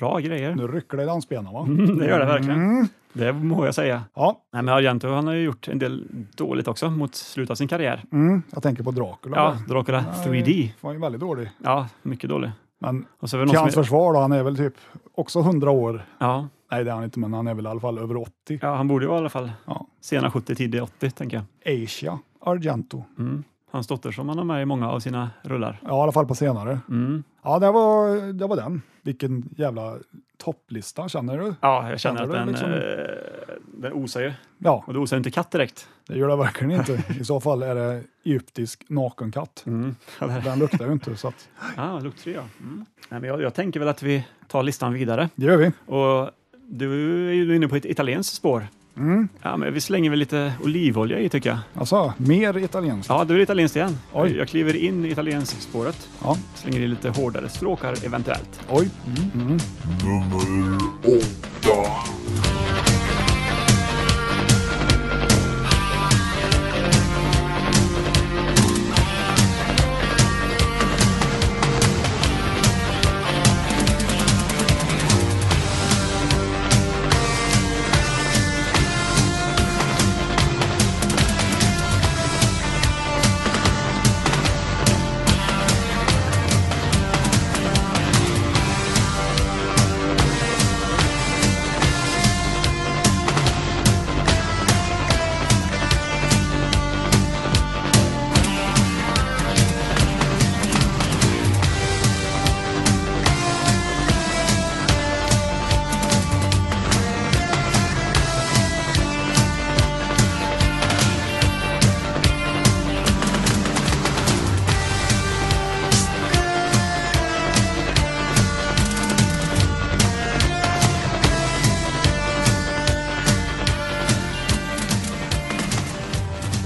Bra grejer. Mm, Nu rycker det i dansbenen va? Det gör det verkligen. Det må jag säga. Ja, Nej, men Argento han har ju gjort en del dåligt också mot slutet av sin karriär. mm, jag tänker på Dracula. Ja, där. Dracula Nej, 3D. var ju väldigt dålig. Ja, mycket dålig. Men Och så är det till någon hans som är, försvar då, han är väl typ också 100 år. ja, Nej, det är han inte, men han är väl i alla fall över 80. ja, han borde ju vara i alla fall Ja. sena 70, tidiga 80, tänker jag. Asia Argento. Mm. Hans dotter som han har med i många av sina rullar. Ja, i alla fall på senare. Mm. Ja, det var, det var den. Vilken jävla topplista, känner du? Ja, jag känner Känner att du den, liksom- eh, den osar ju. Ja, Och det osar ju inte katt direkt. det gör det verkligen inte. I så fall är det egyptisk nakenkatt. Mm. Ja, där. Den luktar ju inte, så att, Ah, luktfri ja. Mm. Nej, men jag, jag tänker väl att vi tar listan vidare. det gör vi. Och du är ju inne på ett italienskt spår. Mm. Ja, men vi slänger väl lite olivolja i tycker jag. Alltså, mer italienskt. Ja, du är det italienskt igen. Oj. Jag kliver in i italienskspåret. Ja. Slänger i lite hårdare stråkar eventuellt. Oj. Mm. Nummer åtta.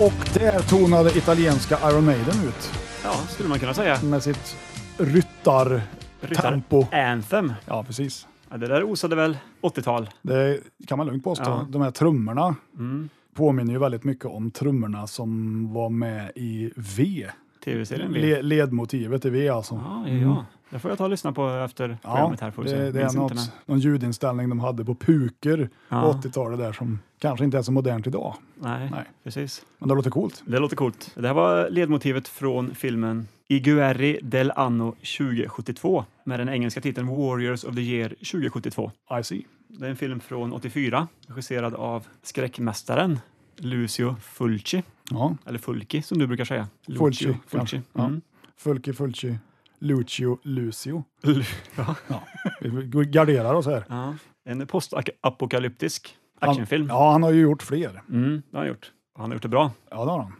Och där tonade italienska Iron Maiden ut Ja, skulle man kunna säga. med sitt ryttar... Ryttar- Tempo. Anthem. Ja, precis. Ja, det där osade väl 80-tal. Det kan man lugnt påstå. Ja. De här trummorna Mm. påminner ju väldigt mycket om trummorna som var med i V. Tv-serien. vi- Le- ledmotivet i V alltså. Ja, ja, ja. Mm. Det får jag ta och lyssna på efter programmet här. Får vi se. det, det Minns är inte, något, någon ljudinställning de hade på puker Ja. på 80-talet där som kanske inte är så modernt idag. men- Nej, Nej. precis. Men det låter coolt. Det låter coolt. Det här var ledmotivet från filmen Iguerri del anno 2072 med den engelska titeln Warriors of the year 2072. I see. Det är en film från 84, regisserad av skräckmästaren Lucio Fulci, Ja. eller Fulci som du brukar säga. Lucio Fulci, Fulci. kanske. Ja. Mm. Fulci, Fulci, Lucio, Lucio. Lu- Ja. Vi garderar oss här. Ja. En postapokalyptisk Han- actionfilm. Ja, han har ju gjort fler. Mm, det har han gjort. Och Han har gjort det bra. Ja, det har han.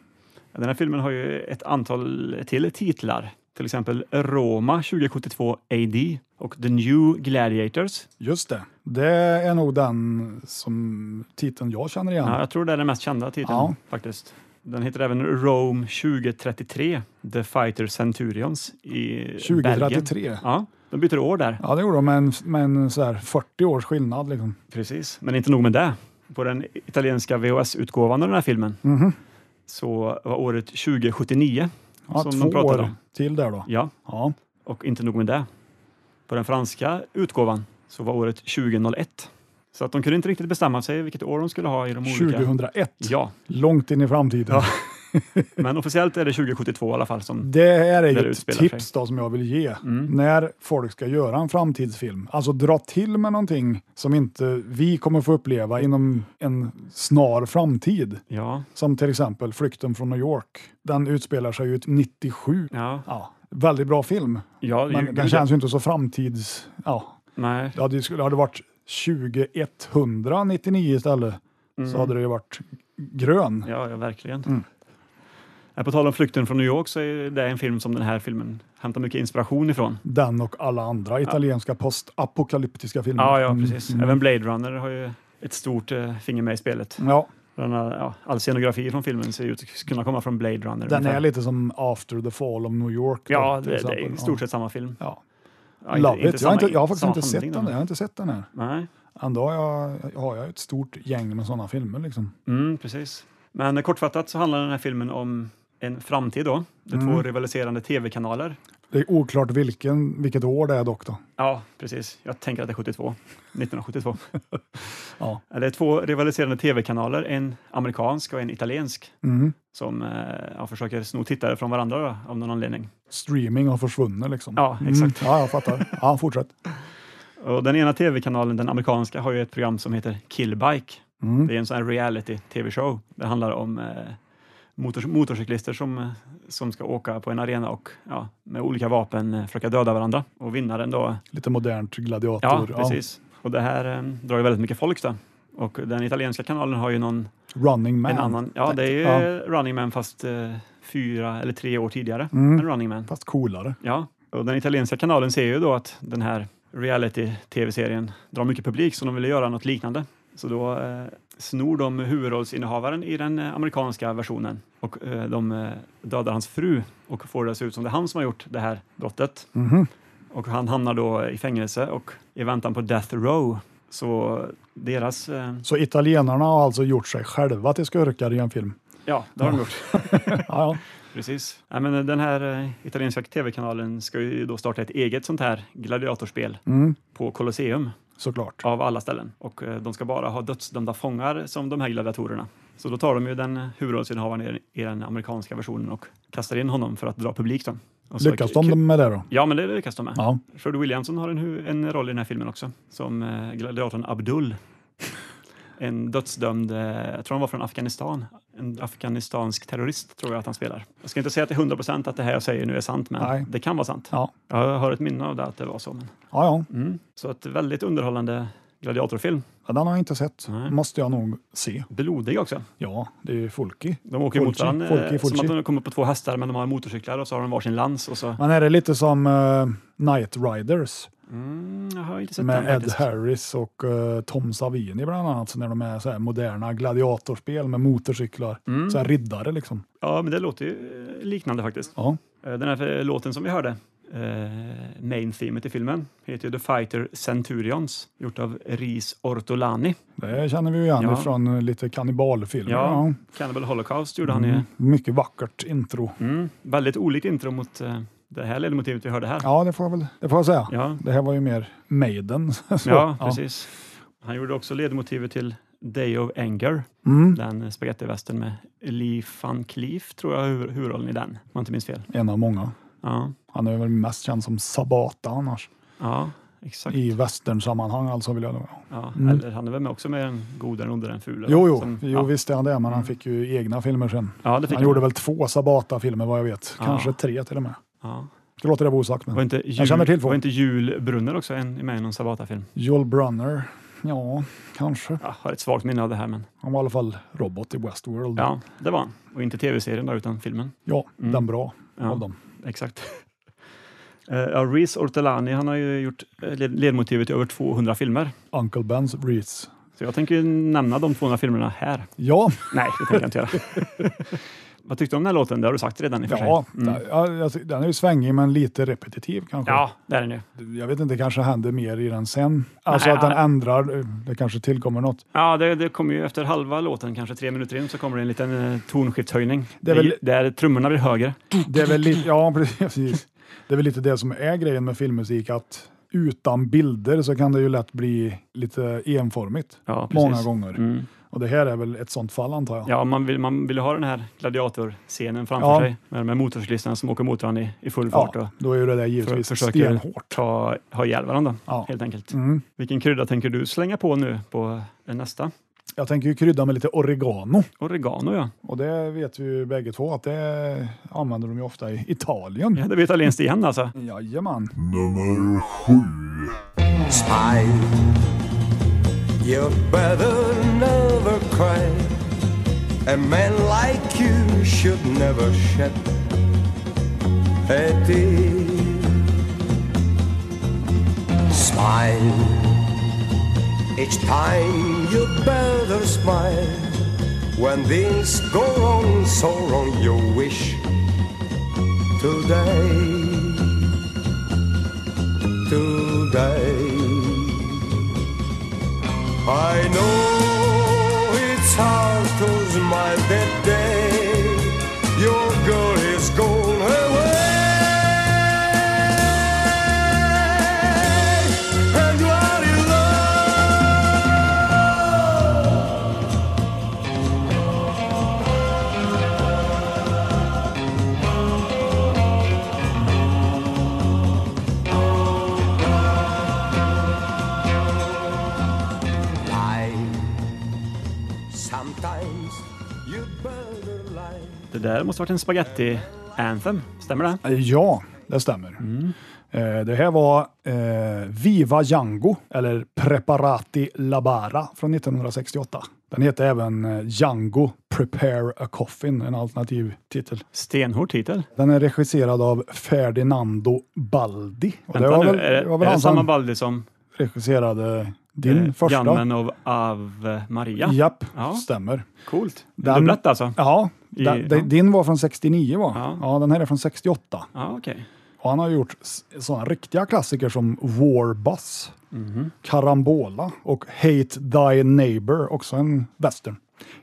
Den här filmen har ju ett antal till titlar, till exempel Roma 2072 AD och The New Gladiators. Just det. Det är nog den som titeln jag känner igen. Ja, jag tror det är den mest kända titeln Ja. faktiskt. Den heter även Rome 2033, The Fighter Centurions i Belgien. 2033. Ja, de byter år där. Ja, det gjorde de med en, med en så här 40 års skillnad. Liksom. Precis, men inte nog med det. På den italienska VHS-utgåvan av den här filmen Mhm. så var året 2079. Ja, Som de två pratade år om. till där då. Ja, Ja. och inte nog med det. På den franska utgåvan så var året 2001. Så att de kunde inte riktigt bestämma sig vilket år de skulle ha i de olika... 2001. Ja, Långt in i framtiden. Ja. men officiellt är det 2072 i alla fall. Som... Det här är När det ju ett utspelar Mm. tips då, som jag vill ge. När folk ska göra en framtidsfilm, alltså dra till med någonting som inte vi kommer få uppleva inom en snar framtid. Ja, Som till exempel Flykten från New York. Den utspelar sig ju ett 97. ja, Ja, väldigt bra film, ja. ju- men den gud, känns ju inte så framtids... Ja, Nej, det hade, ju- skulle, hade det varit 2199 istället så hade det ju varit grön. Mm. ja, ja verkligen. Mm. Nej, På tal om flykten från New York så är det en film som den här filmen hämtar mycket inspiration Mm. ifrån. Den och alla andra italienska postapokalyptiska filmer. Ja, ja Mm, precis. mm. Även Blade Runner har ju ett stort eh, finger med i spelet. Ja, Den här, ja, all scenografi från filmen ser ut att kunna komma från Blade Runner. den ungefär. är lite som After the Fall of New York. då, Ja, till det, det är exempel. i stort sett samma film. Ja. Ja, Love it. Jag har, samma- inte, jag har faktiskt samma inte sett handling den. där. Jag har inte sett den här. Nej, Ändå har jag, har jag ett stort gäng med sådana filmer. Liksom. mm, precis. Men eh, kortfattat så handlar den här filmen om en framtid då. Det är Mm. två rivaliserande tv-kanaler. Det är oklart vilken, vilket år det är dock. Då. Ja, precis. Jag tänker att det är 72. 1972. Ja. Det är två rivaliserande tv-kanaler, en amerikansk och en italiensk, Mm. som eh, ja, försöker sno tittare från varandra då, av någon anledning. Streaming har försvunnit. Liksom. Ja, exakt. Mm. Ja, jag fattar. Ja, fortsätt. Och den ena tv-kanalen, den amerikanska, har ju ett program som heter Killbike. Det är en sån här reality-tv-show. Det handlar om eh, motors- motorcyklister som, eh, som ska åka på en arena och ja, med olika vapen eh, försöka döda varandra. Och vinnaren då... Lite modernt Ja, gladiator. precis. Och det här eh, drar ju väldigt mycket folk då. Och den italienska kanalen har ju någon Running man. en annan... Ja, det är ju Ja. Running Man fast eh, fyra eller tre år tidigare än Running Man. Mm. Fast coolare. Ja, och den italienska kanalen ser ju då att den här reality-tv-serien drar mycket publik så de ville göra något liknande. Så då eh, snor de huvudrollsinnehavaren i den eh, amerikanska versionen och eh, de eh, dödar hans fru och får det att se ut som det är han som har gjort det här brottet. Mhm. Och han hamnar då i fängelse och i väntan på death row så deras, eh, Så italienarna har alltså gjort sig själva till skurkar i en film. ja det har de gjort. Ja, ja. Precis. Ja, men eh, den här eh, italienska tv-kanalen ska ju då starta ett eget sånt här gladiatorspel Mm. på Colosseum. Såklart. av alla ställen och eh, de ska bara ha dödsdömda fångar som de här gladiatorerna. Så då tar de ju den eh, huvudrollsinnehavaren i den- i den amerikanska versionen och kastar in honom för att dra publik. Då. Och så- Lyckas de med det då? Ja, men det lyckas de med. Ja. Frodo Williamson har en, hu- en roll i den här filmen också, som eh, gladiatorn Abdul. En dödsdömd, eh, jag tror han var från Afghanistan, en afghanistansk terrorist tror jag att han spelar. Jag ska inte säga till 100 procent att det här jag säger nu är sant, men Nej. det kan vara sant. Ja. Jag har ett minne av det, att det var så. Men... Ja, ja. Mm. Så ett väldigt underhållande gladiatorfilm. ja, den har jag inte sett. Nej. Måste jag nog se. blodig också. Ja, det är ju Folky. De åker mot Fulci, varandra, eh, Fulci, som Fulci. att de kommer på två hästar men de har motorcyklar och så har de varsin lans och så... Men är det lite som eh, Night Riders Mm, jag har inte sett den med Ed faktiskt. Harris och eh, Tom Savini bland annat, så när de är så här moderna gladiatorspel med motorcyklar, Mm. så här riddare liksom. Ja, men det låter ju eh, liknande faktiskt. Ja, Eh, Den här eh, låten som vi hörde, eh, main themet i filmen, heter ju The Fighter Centurions, gjort av Riz Ortolani. det känner vi ju igen Ja. ifrån eh, lite kannibalfilmer. Ja. Ja. Cannibal Holocaust gjorde han ju. Mm. Mycket vackert intro. Mm, väldigt olikt intro mot eh, det här ledmotivet vi hörde här. Ja, det får jag, väl, det får jag säga. Ja. Det här var ju mer Maiden. så. Ja, precis. Han gjorde också ledmotivet till Day of Anger, Mm. den spagettivästern med Lee van Cleef, tror jag hur- huvudrollen i den, om jag inte minns fel. En av många. Ja, Han är väl mest känd som Sabata annars. ja exakt. I westernsammanhang alltså vill jag nog. Ja, Eller han är väl med också med den gode, den onde, den fule? Jo, jo, Som, jo ja. visst är han det, men han fick ju egna filmer sen. Ja, det fick Han gjorde väl två Sabata-filmer vad jag vet, kanske tre till och med. Ja. Jag låter det vara osagt. Var Men. inte jul, Jag känner till folk. Var inte Jul Brunner också en, med i någon Sabata-film? Joel Brunner, ja, kanske. Ja, har ett svagt minne av det här, men Han var i alla fall robot i Westworld. Ja, ja, det var han. Och inte tv-serien då, utan filmen. den bra Ja. av dem. Exakt. Eh, ja, Reese Ortolani, han har ju gjort eh, led- ledmotivet i över 200 filmer. Uncle Bens Reese. Så jag tänker ju nämna de 200 filmerna här. Ja, Nej, det tänker jag inte göra. Vad tyckte du om den här låten? Det har du sagt redan i och för sig. Mm. ja där- ja, alltså, den är ju svängig men lite repetitiv kanske. Ja, det är den ju. Jag vet inte, det kanske händer mer i den sen. Alltså Nej, att den ja. ändrar, eh, det kanske tillkommer något. Ja, det, det kommer ju efter halva låten, kanske tre minuter in, så kommer det en liten eh, tonskiftshöjning. Det är väl- Där trummorna blir högre. Det är väl lite, ja, precis. Det är väl lite det som är grejen med filmmusik, att utan bilder så kan det ju lätt bli lite enformigt Ja, precis. många gånger. Mm. Och det här är väl ett sånt fall antar jag. Ja, man vill, man vill ju ha den här gladiatorscenen framför Ja. sig med, med motorslistan som åker mot varandra i, i full Ja, fart och då är ju det där för, givetvis försöker stenhårt. ta, ha ihjäl varandra, Ja. helt enkelt. Mm. Vilken krydda tänker du slänga på nu på eh, nästa? Jag tänker ju krydda med lite oregano Oregano, ja. och det vet vi ju bägge två att det använder de ju ofta i Italien. ja det blir italienskt igen alltså. Mm. Jajamän. nummer sju. smile. You better never cry. A man like you should never shed a tear. Smile. Each time you better smile. When things go wrong, so wrong you wish today today. I know it's hard to smile that day. Your girl is gone away, and you are in love. Lie. Sometimes you better lie. Det där måste varit en spaghetti anthem stämmer det? Eh, Ja, det stämmer. Mm. Eh, Det här var eh, Viva Django, eller Preparati Labara från 1968. Den heter även eh, Django Prepare a Coffin, en alternativ titel. Stenhård titel. Den är regisserad av Ferdinando Baldi. Och det Vänta var nu, väl, är det, det var är väl det han samma som Baldi som regisserade din eh, första? Gunman of, av eh, Maria? Japp, Ja. stämmer. Coolt. Den- Dubblat alltså? Ja, I- den- ja. din var från 69 va? Ja. ja, den här är från 68. Ja, okej. Och han har gjort sådana riktiga klassiker som War Bus, Mhm. Carambola och Hate Thy Neighbor, också en western.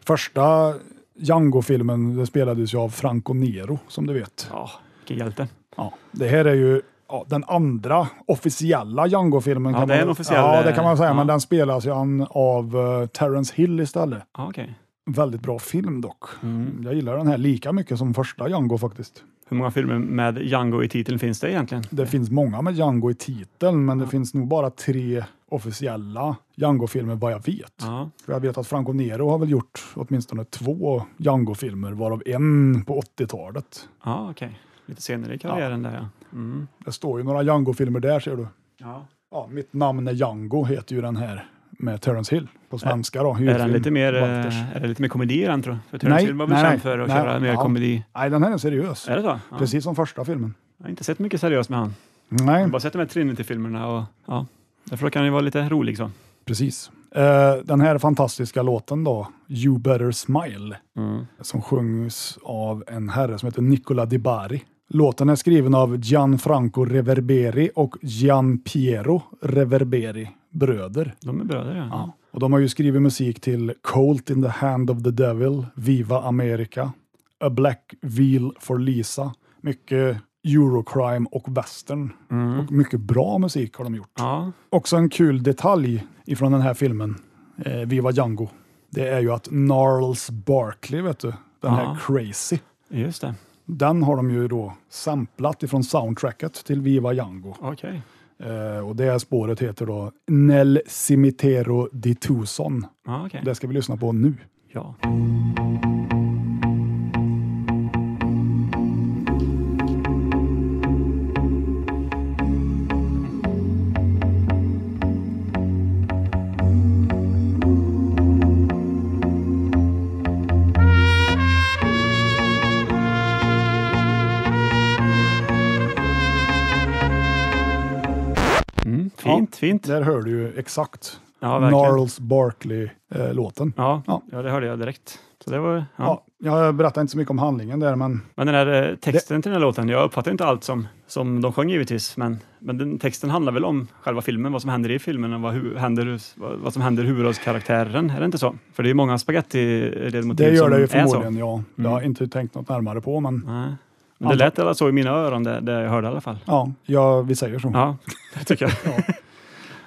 Första Django-filmen det spelades ju av Franco Nero, som du vet. Ja, vilken hjälte. Ja. Det här är ju ja, den andra officiella Django-filmen. Ja, kan det man- är en officiell, Ja, det kan man säga, eh, men ja. den spelas ju an av eh, Terrence Hill istället. Ja, okej. Väldigt bra film dock. Mm. Jag gillar den här lika mycket som första Django faktiskt. Hur många filmer med Django i titeln finns det egentligen? Det finns många med Django i titeln, men det finns nog bara tre officiella Django-filmer vad jag vet. Ja, För jag vet att Franco Nero har väl gjort åtminstone två Django-filmer, varav en på 80-talet. ja okej. Lite senare i karriären där ja. Mm. Det står ju några Django-filmer där ser du. ja. Ja, mitt namn är Django heter ju den här med Terrence Hill på svenska då. Är, huvudfilm, den lite mer, Walters. eh, är det lite mer komedi i den tror du? För Nej, nej, var väl nej, känd för att nej, köra mer ja. komedi. Nej, den här är seriös. Är det så? Ja. Precis som första filmen. Jag har inte sett mycket seriöst med han. Nej. Jag har bara sett de här Trinity-filmerna och ja. Därför kan han ju vara lite rolig så. Precis. Eh, Den här fantastiska låten då, You Better Smile, Mm. som sjungs av en herre som heter Nicola Di Bari. Låten är skriven av Gianfranco Reverberi och Gian Piero Reverberi, bröder. De är bröder ja. Ja. Och de har ju skrivit musik till Colt in the hand of the devil, Viva America, A Black Veil for Lisa, mycket Eurocrime och western. Och mycket bra musik har de gjort. Ja, Också en kul detalj ifrån den här filmen, eh, Viva Django, det är ju att Gnarls Barkley, vet du, den här Ja. Crazy, just det. den har de ju då samplat ifrån soundtracket till Viva Django. Okej. Eh, och det här spåret heter då Nel Cimitero di Tucson. Ja, okej. Det ska vi lyssna på nu. Ja. Thank Fint. Där hör du ju exakt Ja, verkligen. Gnarls eh, Barkley-låten. Ja, Ja. ja, det hörde jag direkt. Så det var, ja. Ja. jag berättar inte så mycket om handlingen där, men Men den här eh, texten till den här låten, jag uppfattar inte allt som, som de sjöng givetvis, men, men den texten handlar väl om själva filmen, vad som händer i filmen och vad, hu- händer, vad, vad som händer i huvudrollskaraktären, är det inte så? För det är ju många det spagetti-delmotiv gör som det ju är så. Mm. förmodligen, ja. Jag har inte tänkt något närmare på, men Nej. Men det lät i alla så i mina öron, det, det jag hörde i alla fall. ja, ja vi säger så. Ja, det tycker jag.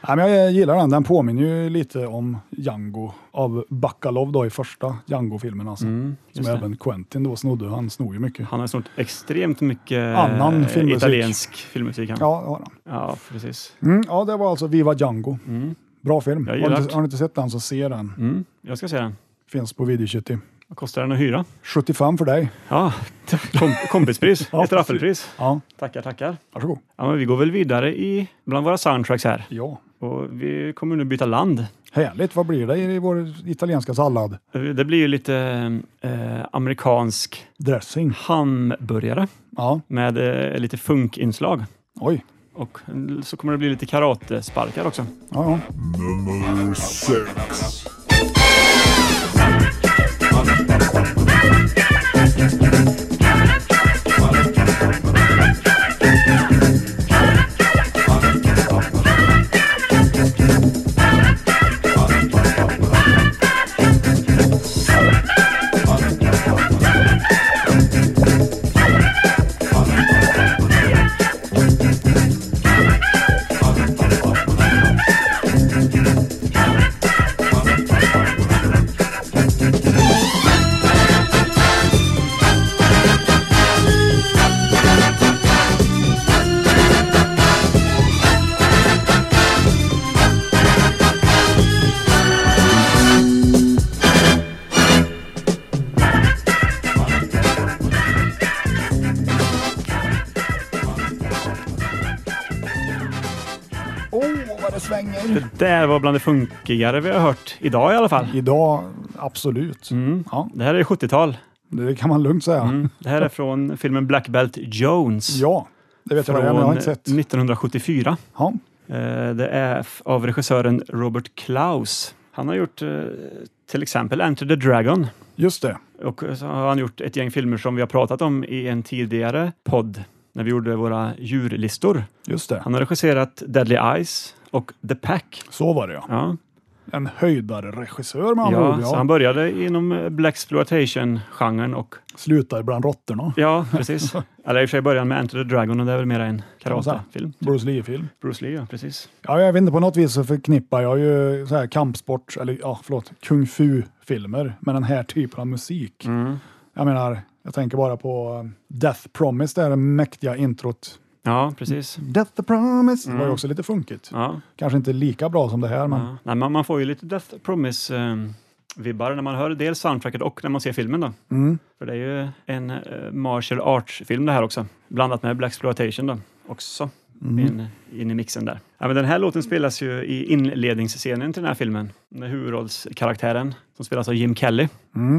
Nej, men jag gillar den. Den påminner ju lite om Django av Bacalov då i första Django-filmen. Alltså. Mm, Som just det. även Quentin då snodde. Han snor ju mycket. Han har snort extremt mycket eh, Annan filmmusik. italiensk filmmusik. han. Ja, det har han. ja, precis. Mm, ja, det var alltså Viva Django. Mm. Bra film. Jag Har gillar du, inte, det. har du inte sett den så se den. Mm. Jag ska se den. Finns på Video City. Vad kostar den att hyra? 75 för dig. Ja, kom, kompispris, Ja, ett raffelpris. Ja, Tackar, tackar. varsågod. Ja, men vi går väl vidare i, bland våra soundtracks här. Ja. Och vi kommer nu byta land. Härligt. Vad blir det i vår italienska sallad? Det blir ju lite eh, amerikansk Dressing. hamburgare Ja, med eh, lite funkinslag. oj. Och så kommer det bli lite karatesparkar också. Ja, ja. Nummer sex. Åh, vad det svänger. Det där var bland det funkigare vi har hört idag i alla fall. Idag, absolut. Mm. Ja, Det här är 70-tal. det kan man lugnt säga. Mm. Det här är från filmen Black Belt Jones. Ja, det vet jag vad det är, men jag har från inte sett. 1974. Ja. Eh, Det är f- av regissören Robert Klaus. Han har gjort eh, till exempel Enter the Dragon. Just det. Och så har han gjort ett gäng filmer som vi har pratat om i en tidigare podd när vi gjorde våra djurlistor. Just det. Han har regisserat Deadly Eyes och The Pack. Så var det ja. Ja, En höjdare regissör med andra ja, ord. så Ja. han började inom eh, Black Exploitation-genren och Slutar bland råttorna. ja, precis. Eller i och för sig började han med Enter the Dragon och det är väl mer en karatefilm. Bruce Lee-film. Bruce Lee, ja, precis. Ja, jag vet inte, på något vis så förknippar jag ju så här kampsport, eller ja, förlåt, kung fu-filmer med den här typen av musik. Mm. Jag menar, jag tänker bara på eh, Death Promise, det här mäktiga introt. Ja, precis. Death the Promise! Det var ju också lite funkigt. Mm. Ja, Kanske inte lika bra som det här, men ja. Nej, man, man får ju lite Death Promise-vibbar när man hör dels soundtracket och när man ser filmen. Då. mm, För det är ju en eh, martial arts-film det här också, blandat med Black Exploitation då också. Mm. In, in i mixen där. Ja, men den här låten spelas ju i inledningsscenen till den här filmen. Med huvudrollskaraktären som spelas av Jim Kelly,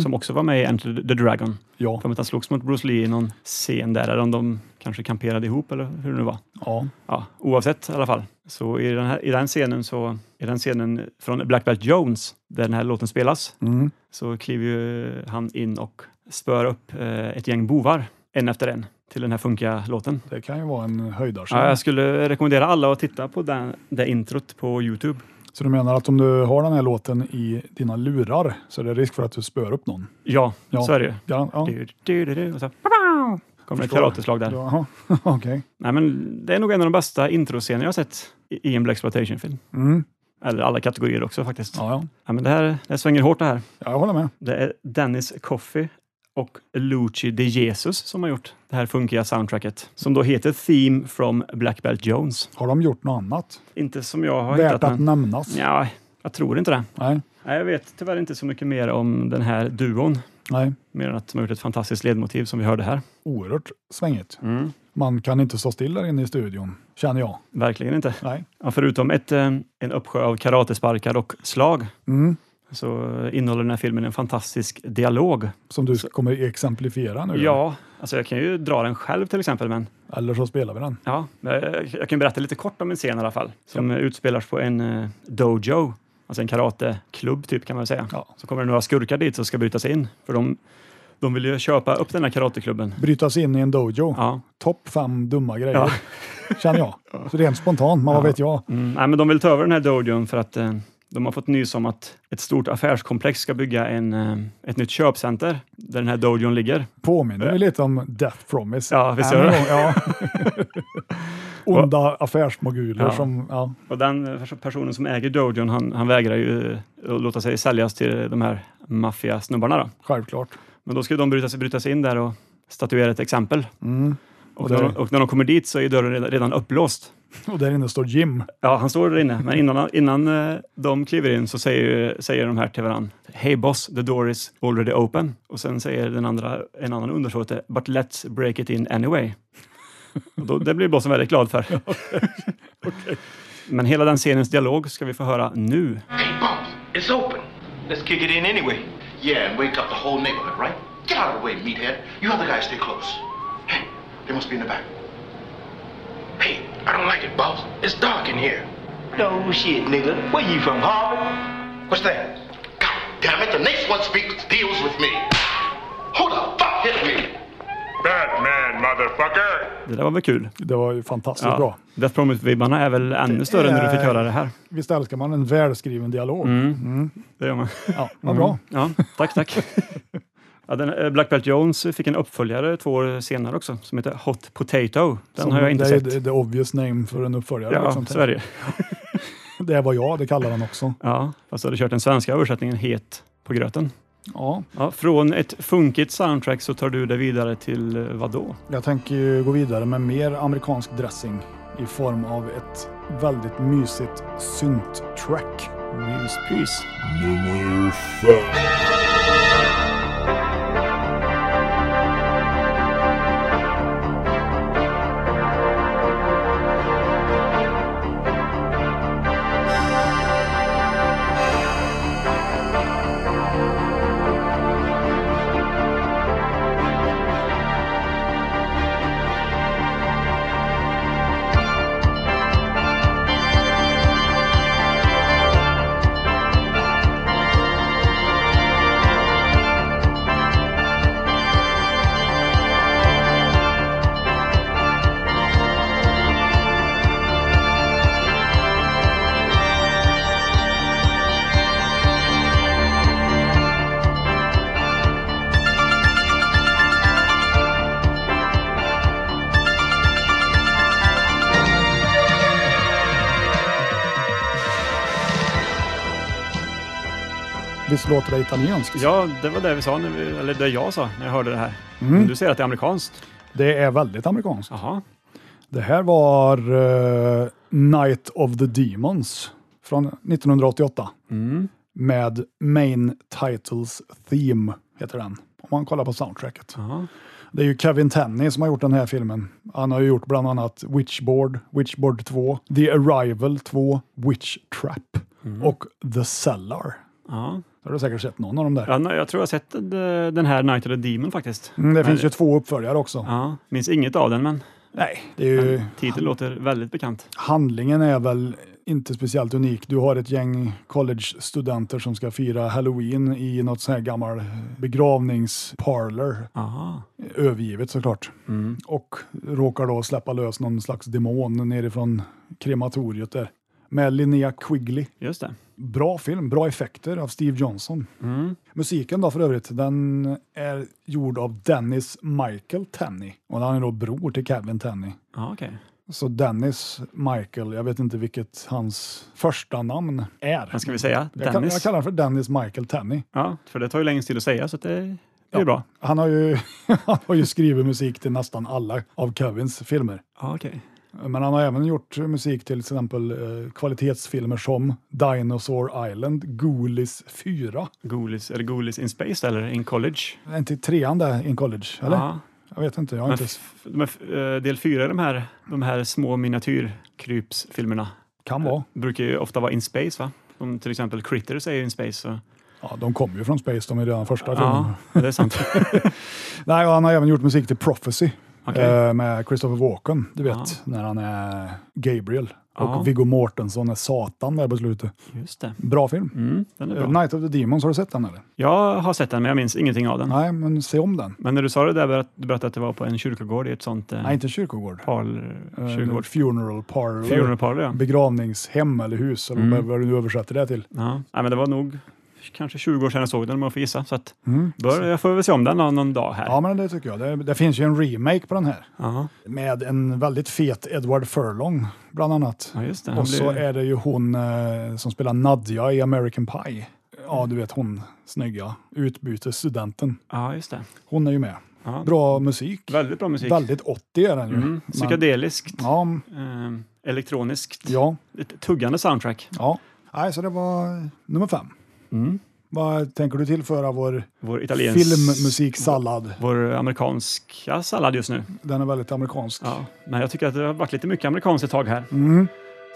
som också var med i Enter the Dragon. Mm. ja, För att han slogs mot Bruce Lee i någon scen där, eller om de kanske kamperade ihop eller hur det nu var. ja, Ja, oavsett i alla fall. Så i den, här, i den scenen så, i den scenen från Black Belt Jones, där den här låten spelas, mm, så kliver ju han in och spör upp eh, ett gäng bovar, en efter en, till den här funkiga låten. det kan ju vara en höjdarscen. Ja, jag skulle rekommendera alla att titta på den, det introt på Youtube. Så du menar att om du har den här låten i dina lurar så är det risk för att du spör upp någon? Ja, Ja. så är det ju. Ja, ja. Du, du, du, du, och så pow, kommer ett Förstår. karateslag där. Ja, Okej. Nej, men det är nog en av de bästa introscener jag har sett i i en Black Exploitation-film. Mm. Eller alla kategorier också faktiskt. Ja. Ja, ja. men det, här, det här svänger hårt det här. Ja, Jag håller med. Det är Dennis Coffey och Luci de Jesus som har gjort det här funkiga soundtracket som då heter Theme from Black Belt Jones. Har de gjort något annat? Inte som jag har Värt hittat. att Men... nämnas? Ja, jag tror inte det. Nej. Nej, jag vet tyvärr inte så mycket mer om den här duon, Nej. mer än att de har gjort ett fantastiskt ledmotiv som vi hörde här. Oerhört svängigt. Man kan inte stå still där inne i studion, känner jag. Verkligen inte. Nej. Ja, förutom ett, eh, en uppsjö av karatesparkar och slag Mm. så innehåller den här filmen en fantastisk dialog. Som du kommer exemplifiera nu. Ja, alltså jag kan ju dra den själv till exempel, men Eller så spelar vi den. Ja, jag, jag kan berätta lite kort om en scen i alla fall som eh, utspelas på en eh, dojo, alltså en karateklubb typ kan man väl säga. Ja. Så kommer det några skurkar dit som ska bryta sig in för de, de vill ju köpa upp den här karateklubben. Bryta sig in i en dojo. Ja. Topp fem dumma grejer, Ja. känner jag. Så rent spontant, men vad vet jag? Mm, nej, men de vill ta över den här dojon för att eh, de har fått nys om att ett stort affärskomplex ska bygga en, eh, ett nytt köpcenter där den här dojon ligger. Påminner ju lite om Death Promise. Eh. Ja, visst Än gör en det. gång, Ja. Onda affärsmoguler Ja. som... Ja. Och den eh, pers- personen som äger dojon, han, han vägrar ju eh, att låta sig säljas till de här maffiasnubbarna. Då. Självklart. Men då ska ju de bryta sig, bryta sig in där och statuera ett exempel. Mm. Och, Och när, där- de, och när de kommer dit så är dörren redan, redan upplåst. Och där inne står Jim. Ja, han står där inne, men innan, innan eh, de kliver in så säger, ju- säger de här till varandra. Hey boss, the door is already open. Och sen säger den andra, en annan undersåte, but let's break it in anyway. Och då, det blir bossen väldigt glad för. Men hela den scenens dialog ska vi få höra nu. Hey, Bumps, it's open. Let's kick it in anyway. Yeah, and wake up the whole neighborhood, right? Get out of the way, meathead. You other guys stay close. Hey, they must be in the back. Hey, I don't like it, Bumps. It's dark in here. No shit, nigga. Where you from, Harvard? What's that? God damn it, the next one speaks deals with me. Who the fuck hit me? Batman, motherfucker! Det där var väl kul? Det var ju fantastiskt bra. Eh, Ja. Death Promise-vibbarna är väl ännu större när du fick höra det här. Visst älskar man en välskriven dialog? Mm, Det gör man. Mm. Ja, vad bra. Ja, tack, tack. Ja, den, eh, Black Belt Jones fick en uppföljare två år senare också som heter Hot Potato. Den Som har jag inte det sett. är the obvious name för en uppföljare. ja, liksom. Sverige. Det är vad jag, det kallar han också. Ja, fast jag hade kört den svenska översättningen Het på gröten. Ja, Ja, från ett funkigt soundtrack så tar du det vidare till eh, vad då? jag tänker ju gå vidare med mer amerikansk dressing i form av ett väldigt mysigt synt-track. Pys. Nummer fem. Visst låter det italienskt? Ja, det var det vi sa, när vi, eller det jag sa när jag hörde det här. Mm. Men du säger att det är amerikanskt. Det är väldigt amerikanskt. Jaha. Det här var eh, Night of the Demons från 1988 Mm. med Main Titles Theme, heter den. Om man kollar på soundtracket. Jaha. Det är ju Kevin Tenney som har gjort den här filmen. Han har ju gjort bland annat Witchboard, Witchboard 2, The Arrival 2, Witch Trap Mm. och The Cellar. Ja. Då har du säkert sett någon av dem där. Ja, nej, jag tror jag har sett eh, den här Night of the Demon faktiskt. Mm, det finns ju två uppföljare också. Ja, minns inget av den, men Nej, det är ju... titeln låter väldigt bekant. handlingen är väl inte speciellt unik. Du har ett gäng college-studenter som ska fira halloween i något sån här gammal begravningsparlor. Aha. Övergivet såklart. Och råkar då släppa lös någon slags demon nerifrån krematoriet där. Med Linnea Quigley. Just det. Bra film, bra effekter av Steve Johnson. Musiken då för övrigt, den är gjord av Dennis Michael Tenney. Och han är då bror till Kevin Tenney. Ja, okej. Så Dennis Michael, jag vet inte vilket hans första namn är. Vad ska vi säga? Jag, kall, Dennis? jag kallar honom för Dennis Michael Tenney. Ja, för det tar ju längst tid att säga så att det är ja. bra. Han har, ju, han har ju skrivit musik till nästan alla av Kevins filmer. Ja, okej. Men han har även gjort musik till exempel eh, kvalitetsfilmer som Dinosaur Island, Ghoulies 4. Golis, eller Golis in Space eller in College? Är inte trean där in college? Eller? Ja. Jag vet inte. Jag har Men inte... f- de här, f- eh, del fyra, de här, de här små miniatyrkrypsfilmerna, Kan vara. brukar ju ofta vara in space, va? Som till exempel Critters är ju in space. Så Ja, de kom ju från Space de i redan första filmen. Ja, det är sant. Nej, och han har även gjort musik till Prophecy Okej. eh, med Christopher Walken, du vet, Ja. när han är Gabriel. Och Ja. Viggo Mortensen är Satan där på slutet. Just det. Bra film. Mm, den är Eh, bra. Night of the Demons, har du sett den Mm. eller? Jag har sett den, men jag minns ingenting av den. Nej, men se om den. Men när du sa det där, berätt- du berättade att det var på en kyrkogård i ett sånt eh, Nej, inte kyrkogård. parl, Eh, kyrkogård, Funeral parlor. funeralparler. Ja. Begravningshem eller hus, eller Mm. vad du nu översätter det till. Ja. Nej, men det var nog kanske 20 år sedan jag såg den, om jag får gissa. Så att, bör, jag får väl se om den någon, någon dag här. Mm. Ja, men det tycker jag. Det, det finns ju en remake på den här. Ja, Med en väldigt fet Edward Furlong, bland annat. ja just det. Han Och så blir- är det ju hon eh, som spelar Nadja i American Pie. Ja, du vet hon snygga utbytesstudenten. Ja, just det. Hon är ju med. Ja. Bra musik. Väldigt bra musik. Väldigt 80 är den ju. Mm, Men- psykedeliskt, Ja, eh, elektroniskt, ja, ett tuggande soundtrack. ja. Nej, så det var nummer fem. Mm. Vad tänker du tillföra vår Vår italiensk... filmmusiksallad? Vår amerikanska sallad just nu. Den är väldigt amerikansk. Ja. Men jag tycker att det har varit lite mycket amerikanskt ett tag här. Mm.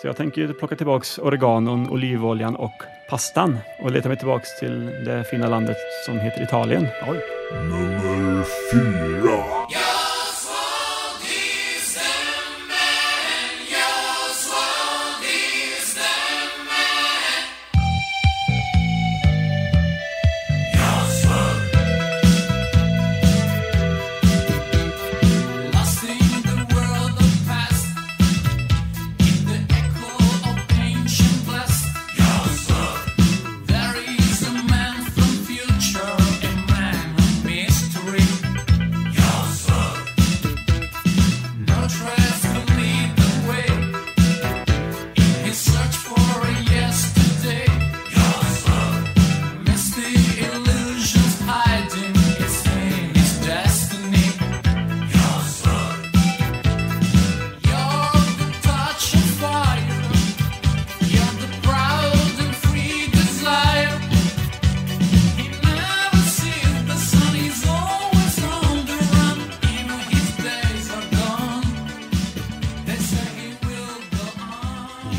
Så jag tänker ju plocka tillbaks oreganon, olivoljan och pastan och leta mig tillbaks till det fina landet som heter Italien. Oj. Nummer fyra.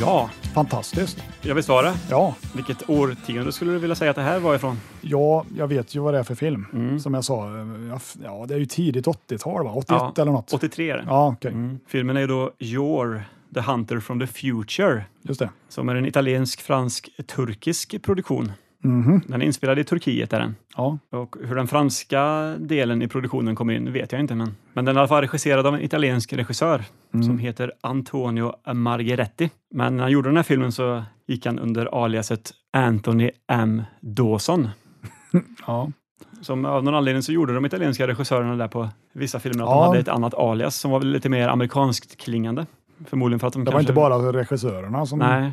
Ja, Fantastiskt. jag vill svara. Ja. Vilket årtionde skulle du vilja säga att det här var ifrån? ja, jag vet ju vad det är för film. Mm. Som jag sa, ja, f- ja, det är ju tidigt 80-tal, va? 81 eller något. 83 är det. Ja, okej. Mm. Filmen är ju då Your, The Hunter from the Future, Just det. som är en italiensk-fransk-turkisk produktion. Mhm. Den är inspelad i Turkiet är den. Ja. Och hur den franska delen i produktionen kom in vet jag inte, men, men den är i alla fall regisserad av en italiensk regissör Mm. som heter Antonio Margheretti. Men när han gjorde den här filmen så gick han under aliaset Anthony M. Dawson. Ja. Som av någon anledning så gjorde de italienska regissörerna där på vissa filmer att Ja. de hade ett annat alias som var väl lite mer amerikanskt klingande. Förmodligen för att Det de var kanske... inte bara regissörerna som, Nej,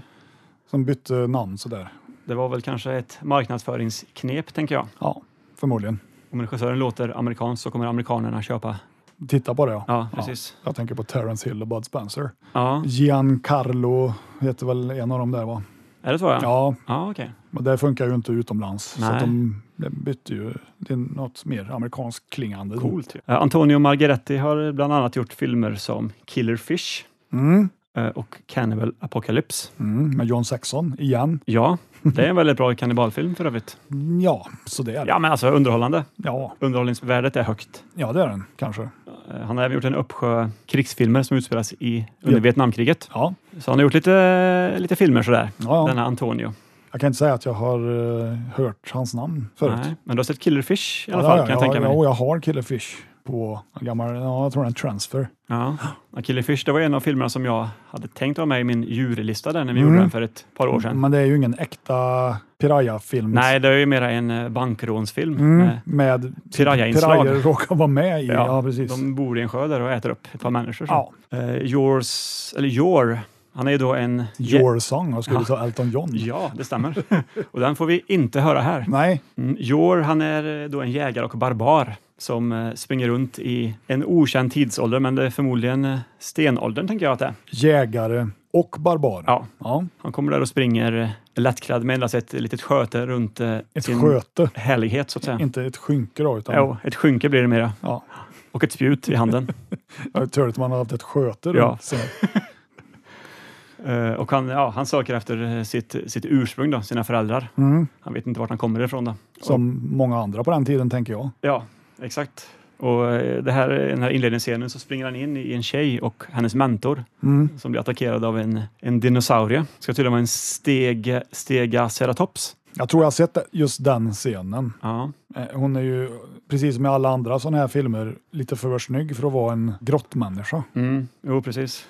som bytte namn sådär. det var väl kanske ett marknadsföringsknep, tänker jag. Ja, förmodligen. Om regissören låter amerikansk så kommer amerikanerna köpa. Titta på det ja. Ja, precis. Jag tänker på Terence Hill och Bud Spencer. Ja, Giancarlo heter väl en av dem där va? är det så? Ja, ja. Ja, okej. men det funkar ju inte utomlands. Så Nej. att de de bytte ju till något mer amerikanskt klingande. Coolt. Eh, Antonio Margheretti har bland annat gjort filmer som Killer Fish Mm, eh, och Cannibal Apocalypse. mm, med John Saxon igen. Ja, det är en väldigt bra kannibalfilm för övrigt. Ja, så det är det. Ja, men alltså underhållande. Ja, Underhållningsvärdet är högt. ja det är den kanske. Eh, Han har även gjort en uppsjö krigsfilmer som utspelas i, under Vietnamkriget. Ja, Så han har gjort lite, lite filmer sådär, ja, ja. denna Antonio. Jag kan inte säga att jag har eh, hört hans namn förut. Nej, men du har sett Killer Fish i alla Ja, fall, ja, kan jag tänka ja, mig. Jo, jag har Killerfish på en gammal, ja, jag tror en transfer. Ja. Ja, Killer Fish, det var en av filmerna som jag hade tänkt ha med i min djurlista där när vi Mm. gjorde den för ett par år sedan. Men det är ju ingen äkta piraya-film. Nej, det är ju mera en eh, bankrånsfilm. Eh, Mm, med- med Piraya-inslag. pirayor råkar vara med i. Ja, precis. De bor i en sjö där och äter upp ett par människor. så. Ja, Eh, yours, eller your, han är ju då en... Your Song har skrivits av Elton John. Ja, det stämmer. och den får vi inte höra här. Nej, Mm, Jor, han är eh, då en jägare och barbar som eh, springer runt i en okänd tidsålder, men det är förmodligen eh, stenåldern tänker jag att det är. jägare och barbar. Ja, Ja, han kommer där och springer eh, lättklädd med endast ett litet sköte runt eh, ett sin sköte, härlighet så att säga. inte ett skynke då. Utan, Jo, ett skynke blir det mera. Ja. Och ett spjut i handen. Jag är tur att man har haft ett sköte. Ja. Då, så. Eh, och han, ja, han söker efter eh, sitt, sitt ursprung, då, sina föräldrar. Mm. Han vet inte vart han kommer ifrån. Då. Som många andra på den tiden tänker jag. Ja, exakt. Och eh, det här, den här inledningsscenen så springer han in i en tjej och hennes mentor Mm. som blir attackerad av en, en dinosaurie. Ska tydligen vara en steg, stegaceratops. Jag tror jag har sett just den scenen. Ja, Eh, Hon är ju, precis som i alla andra sådana här filmer, lite för snygg för att vara en grottmänniska. mm, jo precis.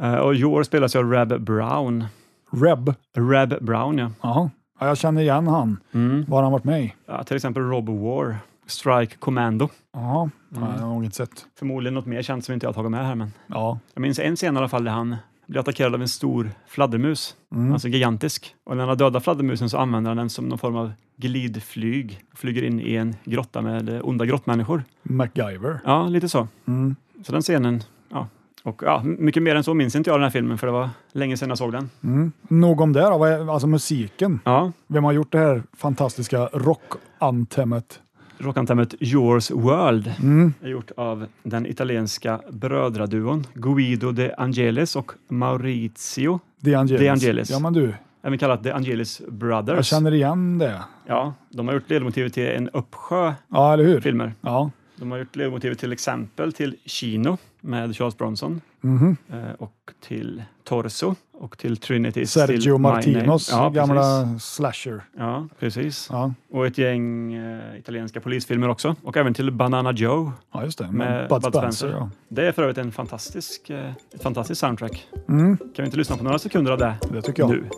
Eh, och Jor spelas ju av Reb Brown. Reb. Reb Brown ja. Jaha. Ja, jag känner igen han. Mm. Var har han varit med i? ja. Till exempel Rob War, Strike Commando. Jaha. Nej, Mm. det har jag nog inte sett. Förmodligen något mer känt som inte jag har tagit med här men Ja. Jag minns en scen i alla fall där han blir attackerad av en stor fladdermus, Mm. alltså gigantisk. Och när han har dödat fladdermusen så använder han den som någon form av glidflyg. Flyger in i en grotta med eh, onda grottmänniskor. MacGyver. Ja, lite så. Mm. Så den scenen, ja. Och ja, m- mycket mer än så minns inte jag den här filmen för det var länge sedan jag såg den. Mm. Nog om det då, Vad är- alltså musiken. Ja, Vem har gjort det här fantastiska rockantemet? rockantemet Yours World Mm. är gjort av den italienska brödraduon Guido De Angelis och Maurizio, De Angelis. De Angelis. Ja men du, även kallat De Angelis jag Brothers. känner igen det. Ja, de har gjort ledmotivet till en uppsjö Ja, eller hur? filmer. Ja. De har gjort ledmotivet till exempel till Kino med Charles Bronson Mhm. eh, och till Torso och till Trinity. Still Sergio My Martinos Name. Ja, gamla Precis. slasher. Ja, precis. Ja. Och ett gäng eh, italienska polisfilmer också. Och även till Banana Joe. ja, just det. Med Med Bud Bud Spencer. Spencer. Det är för övrigt en fantastisk, eh, ett fantastiskt soundtrack. Ja. Mm, Kan vi inte lyssna på några sekunder av det det tycker jag. nu?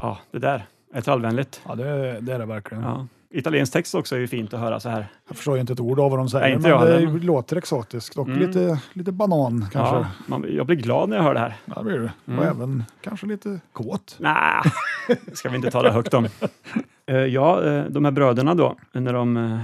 Ja, det där är trallvänligt. Ja, det, det är det verkligen. Ja. Italiensk text också är ju fint att höra så här. Jag förstår ju inte ett ord av vad de säger, Nej, inte men jag det heller. Mm. låter exotiskt och lite, lite banan kanske. Ja, Mm. Ja. man, jag blir glad när jag hör det här. det blir det. Och även kanske lite kåt. Nej, det ska vi inte tala högt om. Eh, ja, eh, de här bröderna då, när de eh,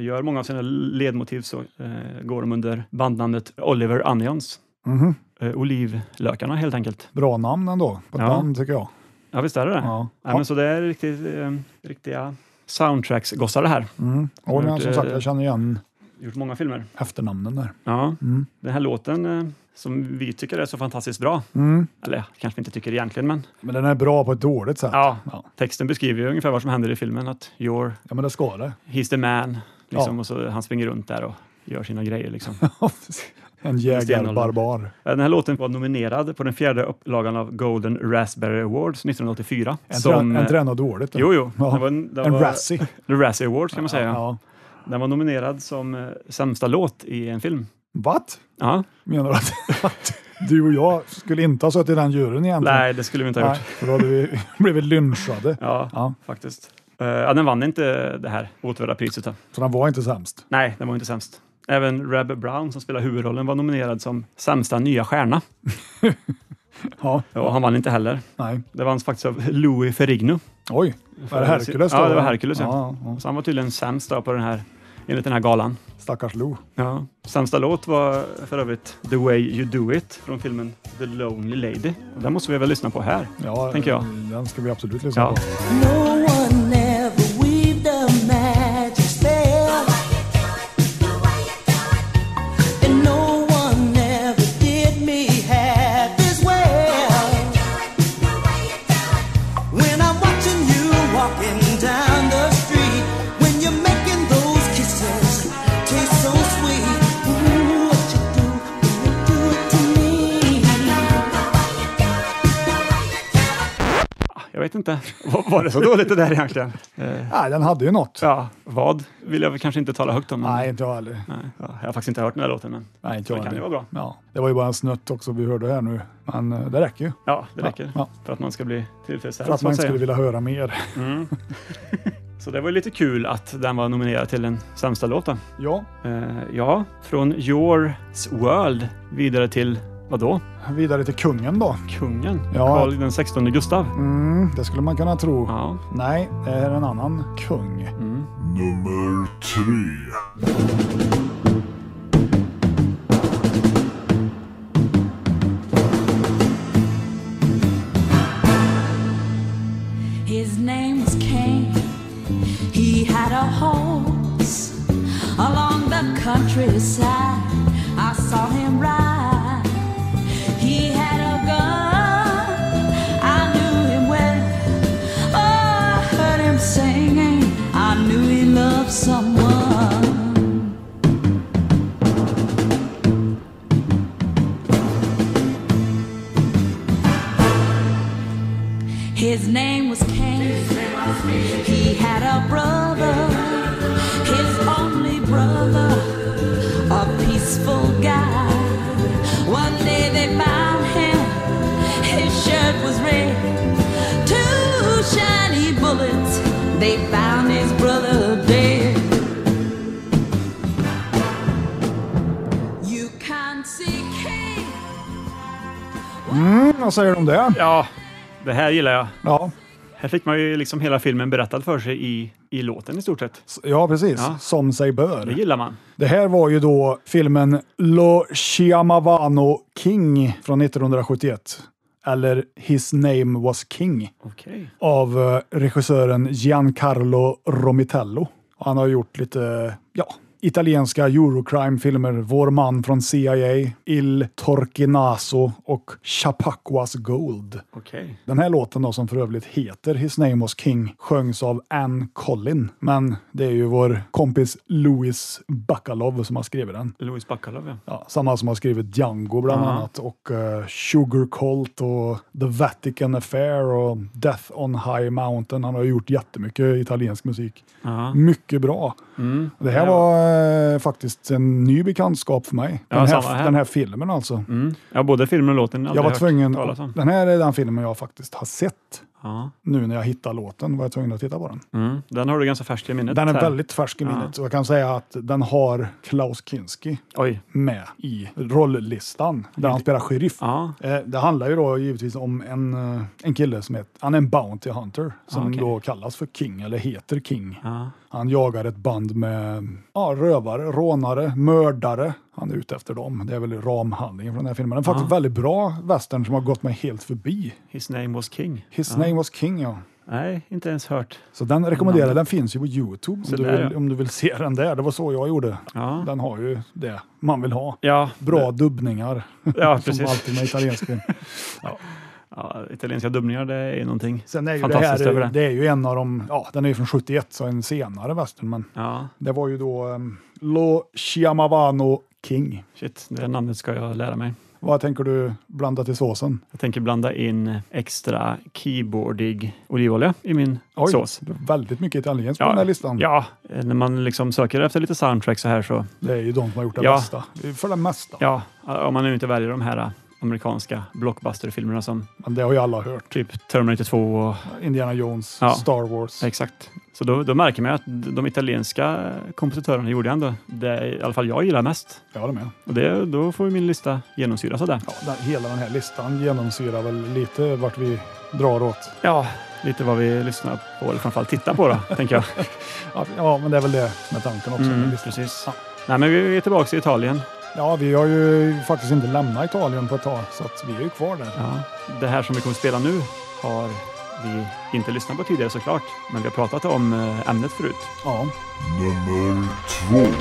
gör många av sina ledmotiv så eh, går de under bandnamnet Oliver Onions. Mhm. Eh, Olivlökarna helt enkelt. Bra namn ändå, på ett Ja. band tycker jag. Ja, visst är det det? Ja. Nej, men så det är riktigt, eh, riktiga soundtracks-gossar det här. Mm. Och men, Gjort, som sagt, eh, jag känner igen Gjort många filmer. efternamnen där. Ja, Mm. den här låten eh, som vi tycker är så fantastiskt bra. Mm. Eller kanske vi inte tycker egentligen, men Men den är bra på ett dåligt sätt. ja, Ja. texten beskriver ju ungefär vad som händer i filmen. Att you're Ja, men det ska det. He's the man. Liksom, Ja. och så han springer runt där och gör sina grejer. Liksom. en jägarbarbar. Den här låten var nominerad på den fjärde upplagan av Golden Raspberry Awards 1984. En, trän, en eh, tränar dåligt. Jo, jo. Ja. Den var, den en var, Razzie. The Razzie Awards kan man säga. Ja. Den var nominerad som eh, sämsta låt i en film. Vad? Ja, Menar du att, att du och jag skulle inte ha suttit i den juryn egentligen? nej, det skulle vi inte ha Nej, gjort. för då hade vi blivit lynchade. Ja, Ja. faktiskt. Eh, ja, den vann inte det här åtråvärda priset. Då. Så den var inte sämst. Nej, den var inte sämst. Även Reb Brown som spelar huvudrollen var nominerad som sämsta nya stjärna. Ja, Och han vann inte heller. nej. Det vanns faktiskt av Louis Ferrigno. Oj, var det Hercules då? Ja, det var Hercules. Ja. Ja, ja. Så han var tydligen sämst då på den här, enligt den här galan. Stackars Lo. Ja. Sämsta låt var för övrigt The Way You Do It från filmen The Lonely Lady. Och Den måste vi väl lyssna på här. Ja, Tänker jag. Den ska vi absolut lyssna Ja. på. No one ever weaved a magic spell. And no one ever did me half as well. When I'm watching you walking down the street, when you're making those kisses taste so sweet. Ooh, what you do when you do it to me. Jag vet inte. Var- Var det så dåligt det där egentligen? Nej, den hade ju något. Ja, vad vill jag väl kanske inte tala högt om. men- Nej, inte jag heller. Nej. Ja, jag har faktiskt inte hört den här låten, men Nej, inte den jag kan ju vara heller. bra. Ja, det var ju bara en snutt också vi hörde här nu. Men eh, det räcker ju. Ja, det räcker. ja. För att man ska bli tillfredsställd. För att så att man säga. skulle vilja höra mer. Så det var ju lite kul att den var nominerad till den sämsta låten. Ja, Eh, ja, från Yours World vidare till vadå? vidare till kungen då. Kungen? Ja. Karl den 16 Gustav? Mm, det skulle man kunna tro. Ja. Nej, det är en annan kung. Nummer tre. we had a horse along the countryside. I saw him ride. He had a gun. I knew him well. Oh, I heard him singing. I knew he loved someone. His name was Cain. He had a brother, his only brother, a peaceful guy. One day they found him, his shirt was red. Two shiny bullets, they found his brother dead. You can't see Cain. Mm, vad säger du om det? Ja, det här gillar jag. Ja, Här fick man ju liksom hela filmen berättad för sig i, i låten i stort sett. s- ja precis. Ja. Som sig Det bör. gillar man. Det här var ju då filmen Lo Chiamavano King från 1971. Eller His name was King Okej. av eh, regissören Giancarlo Romitello. Och Han har gjort lite ja, italienska Eurocrime-filmer, Vår man från CIA, Il Torquinaso och Chapacuas Gold. Okej. Den här låten då, som för övrigt heter His name was King, sjöngs av Ann Collin. Men det är ju vår kompis Louis Bacalov som har skrivit den. Louis Bacalov, ja. Ja, samma som har skrivit Django bland Ja. annat och eh, Sugar Colt och The Vatican Affair och Death on High Mountain. Han har ju gjort jättemycket italiensk musik. Ja. Mm. Mycket bra. Det här Ja. var eh, faktiskt en ny bekantskap för mig. Den, Ja, här, samma här. den här filmen alltså. Mm. ja, både filmen och låten. Jag aldrig var hört tvungen, talas om. den här är den filmen jag faktiskt har sett. Ja. Nu när jag hittar låten var jag tvungen att titta på den. Mm. Den har du ganska färsk i minnet. Den är här. väldigt färsk i Ja. minnet och jag kan säga att den har Klaus Kinski Oj. med i rolllistan där han spelar sheriff. Ja. Eh, Det handlar ju då givetvis om en, eh, en kille som heter, han är en Bounty Hunter som Ah, okej. då kallas för King, eller heter King. Ja. Han jagar ett band med ja, rövare, rånare, mördare. Han är ute efter dem. Det är väl ramhandlingen från den här filmen. Den är Ah. faktiskt väldigt bra western som har gått mig helt förbi. His name was King. His ja. name was King, ja. Nej, inte ens hört. Så den rekommenderar jag. Den finns ju på Youtube Så om du, där, vill, ja. om du vill se den där. Det var så jag gjorde. Ja. Den har ju det man vill ha. Ja, Bra dubbningar, Ja, som alltid med precis. italiensk film. Ja, italienska dubbningar, det är ju någonting Sen är ju det fantastiskt över här, det. det är ju en av de, ja den är ju från 71 så en senare western, men Ja, det var ju då um, Lo Chiamavano King. shit, det namnet ska jag lära mig. Vad tänker du blanda till såsen? Jag tänker blanda in extra keyboardig olivolja i min Oj, sås. Väldigt mycket italienskt på den här listan. ja, eh, när man liksom söker efter lite soundtrack så här så, Det är ju de som har gjort det Ja. bästa. För det mesta. ja, om man nu inte väljer de här eh, amerikanska blockbusterfilmerna som Men det har ju alla hört. typ Terminator 2 och Indiana Jones, Ja. Star Wars. Exakt. Så då, då märker man ju att de italienska kompositörerna gjorde ändå det i alla fall jag gillar mest. Jag håller med. Och det, då får ju min lista genomsyras av det. Ja, den, hela den här listan genomsyrar väl lite vart vi drar åt. Ja, lite vad vi lyssnar på, eller framförallt tittar på då, tänker jag. Ja, Ja, men det är väl det med tanken också. med Mm, listan. precis. Ja. Nej, men vi är tillbaka i Italien. Ja, vi har ju faktiskt inte lämnat Italien på ett tag, så att vi är ju kvar där. Ja. Det här som vi kommer att spela nu har vi inte lyssnat på tidigare såklart, men vi har pratat om eh, ämnet förut. Ja. Nummer två.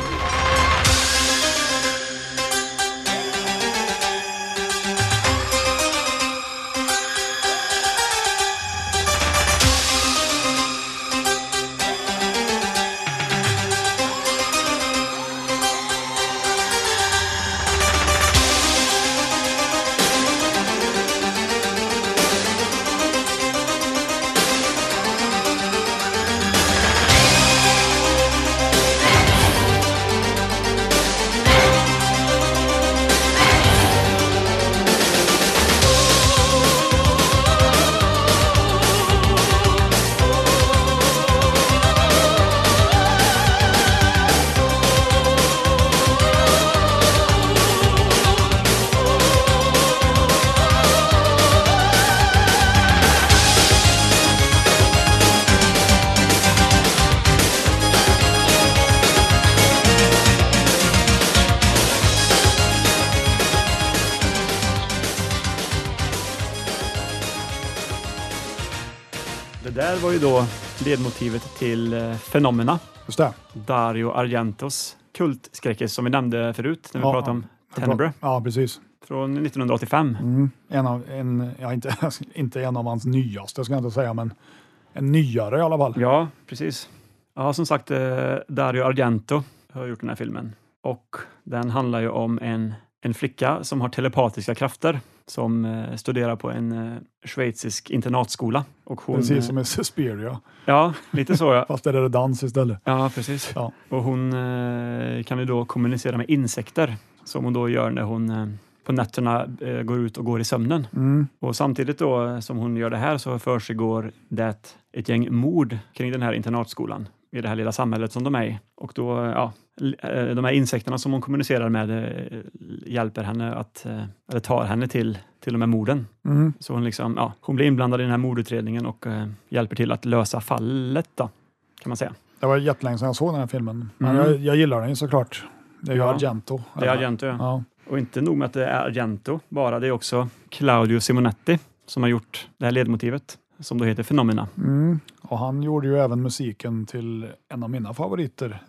Det där var ju då ledmotivet till eh, Fenomena, Just det. Dario Argentos kultskräckis som vi nämnde förut när vi Ja, pratade om Jag Tenebre pra- Ja, precis. från 1985. Mm. En av, en, ja, inte, inte en av hans nyaste ska jag inte säga, men en nyare i alla fall. Ja, precis. Ja, som sagt, eh, Dario Argento har gjort den här filmen och den handlar ju om en, en flicka som har telepatiska krafter som eh, studerar på en eh, schweizisk internatskola. Och hon, Precis eh, som i Suspiria, Ja, lite så ja. fast där är det dans istället. Ja, precis. Ja. Och hon eh, kan ju då kommunicera med insekter som hon då gör när hon eh, på nätterna eh, går ut och går i sömnen. Mm. Och samtidigt då eh, som hon gör det här så försiggår det ett gäng mord kring den här internatskolan i det här lilla samhället som de är i. Och då, eh, ja, l- eh, de här insekterna som hon kommunicerar med eh, hjälper henne att, eh, eller tar henne till, till de här morden. Mm. Så hon, liksom, ja, hon blir inblandad i den här mordutredningen och eh, hjälper till att lösa fallet då, kan man säga. Det var jättelänge sedan jag såg den här filmen, men Mm. jag, jag gillar den ju såklart. Det är ju Ja. Argento. Det är Argento, ja. Ja. Och inte nog med att det är Argento bara, det är också Claudio Simonetti som har gjort det här ledmotivet som då heter Fenomena. Mm. Och han gjorde ju även musiken till en av mina favoriter,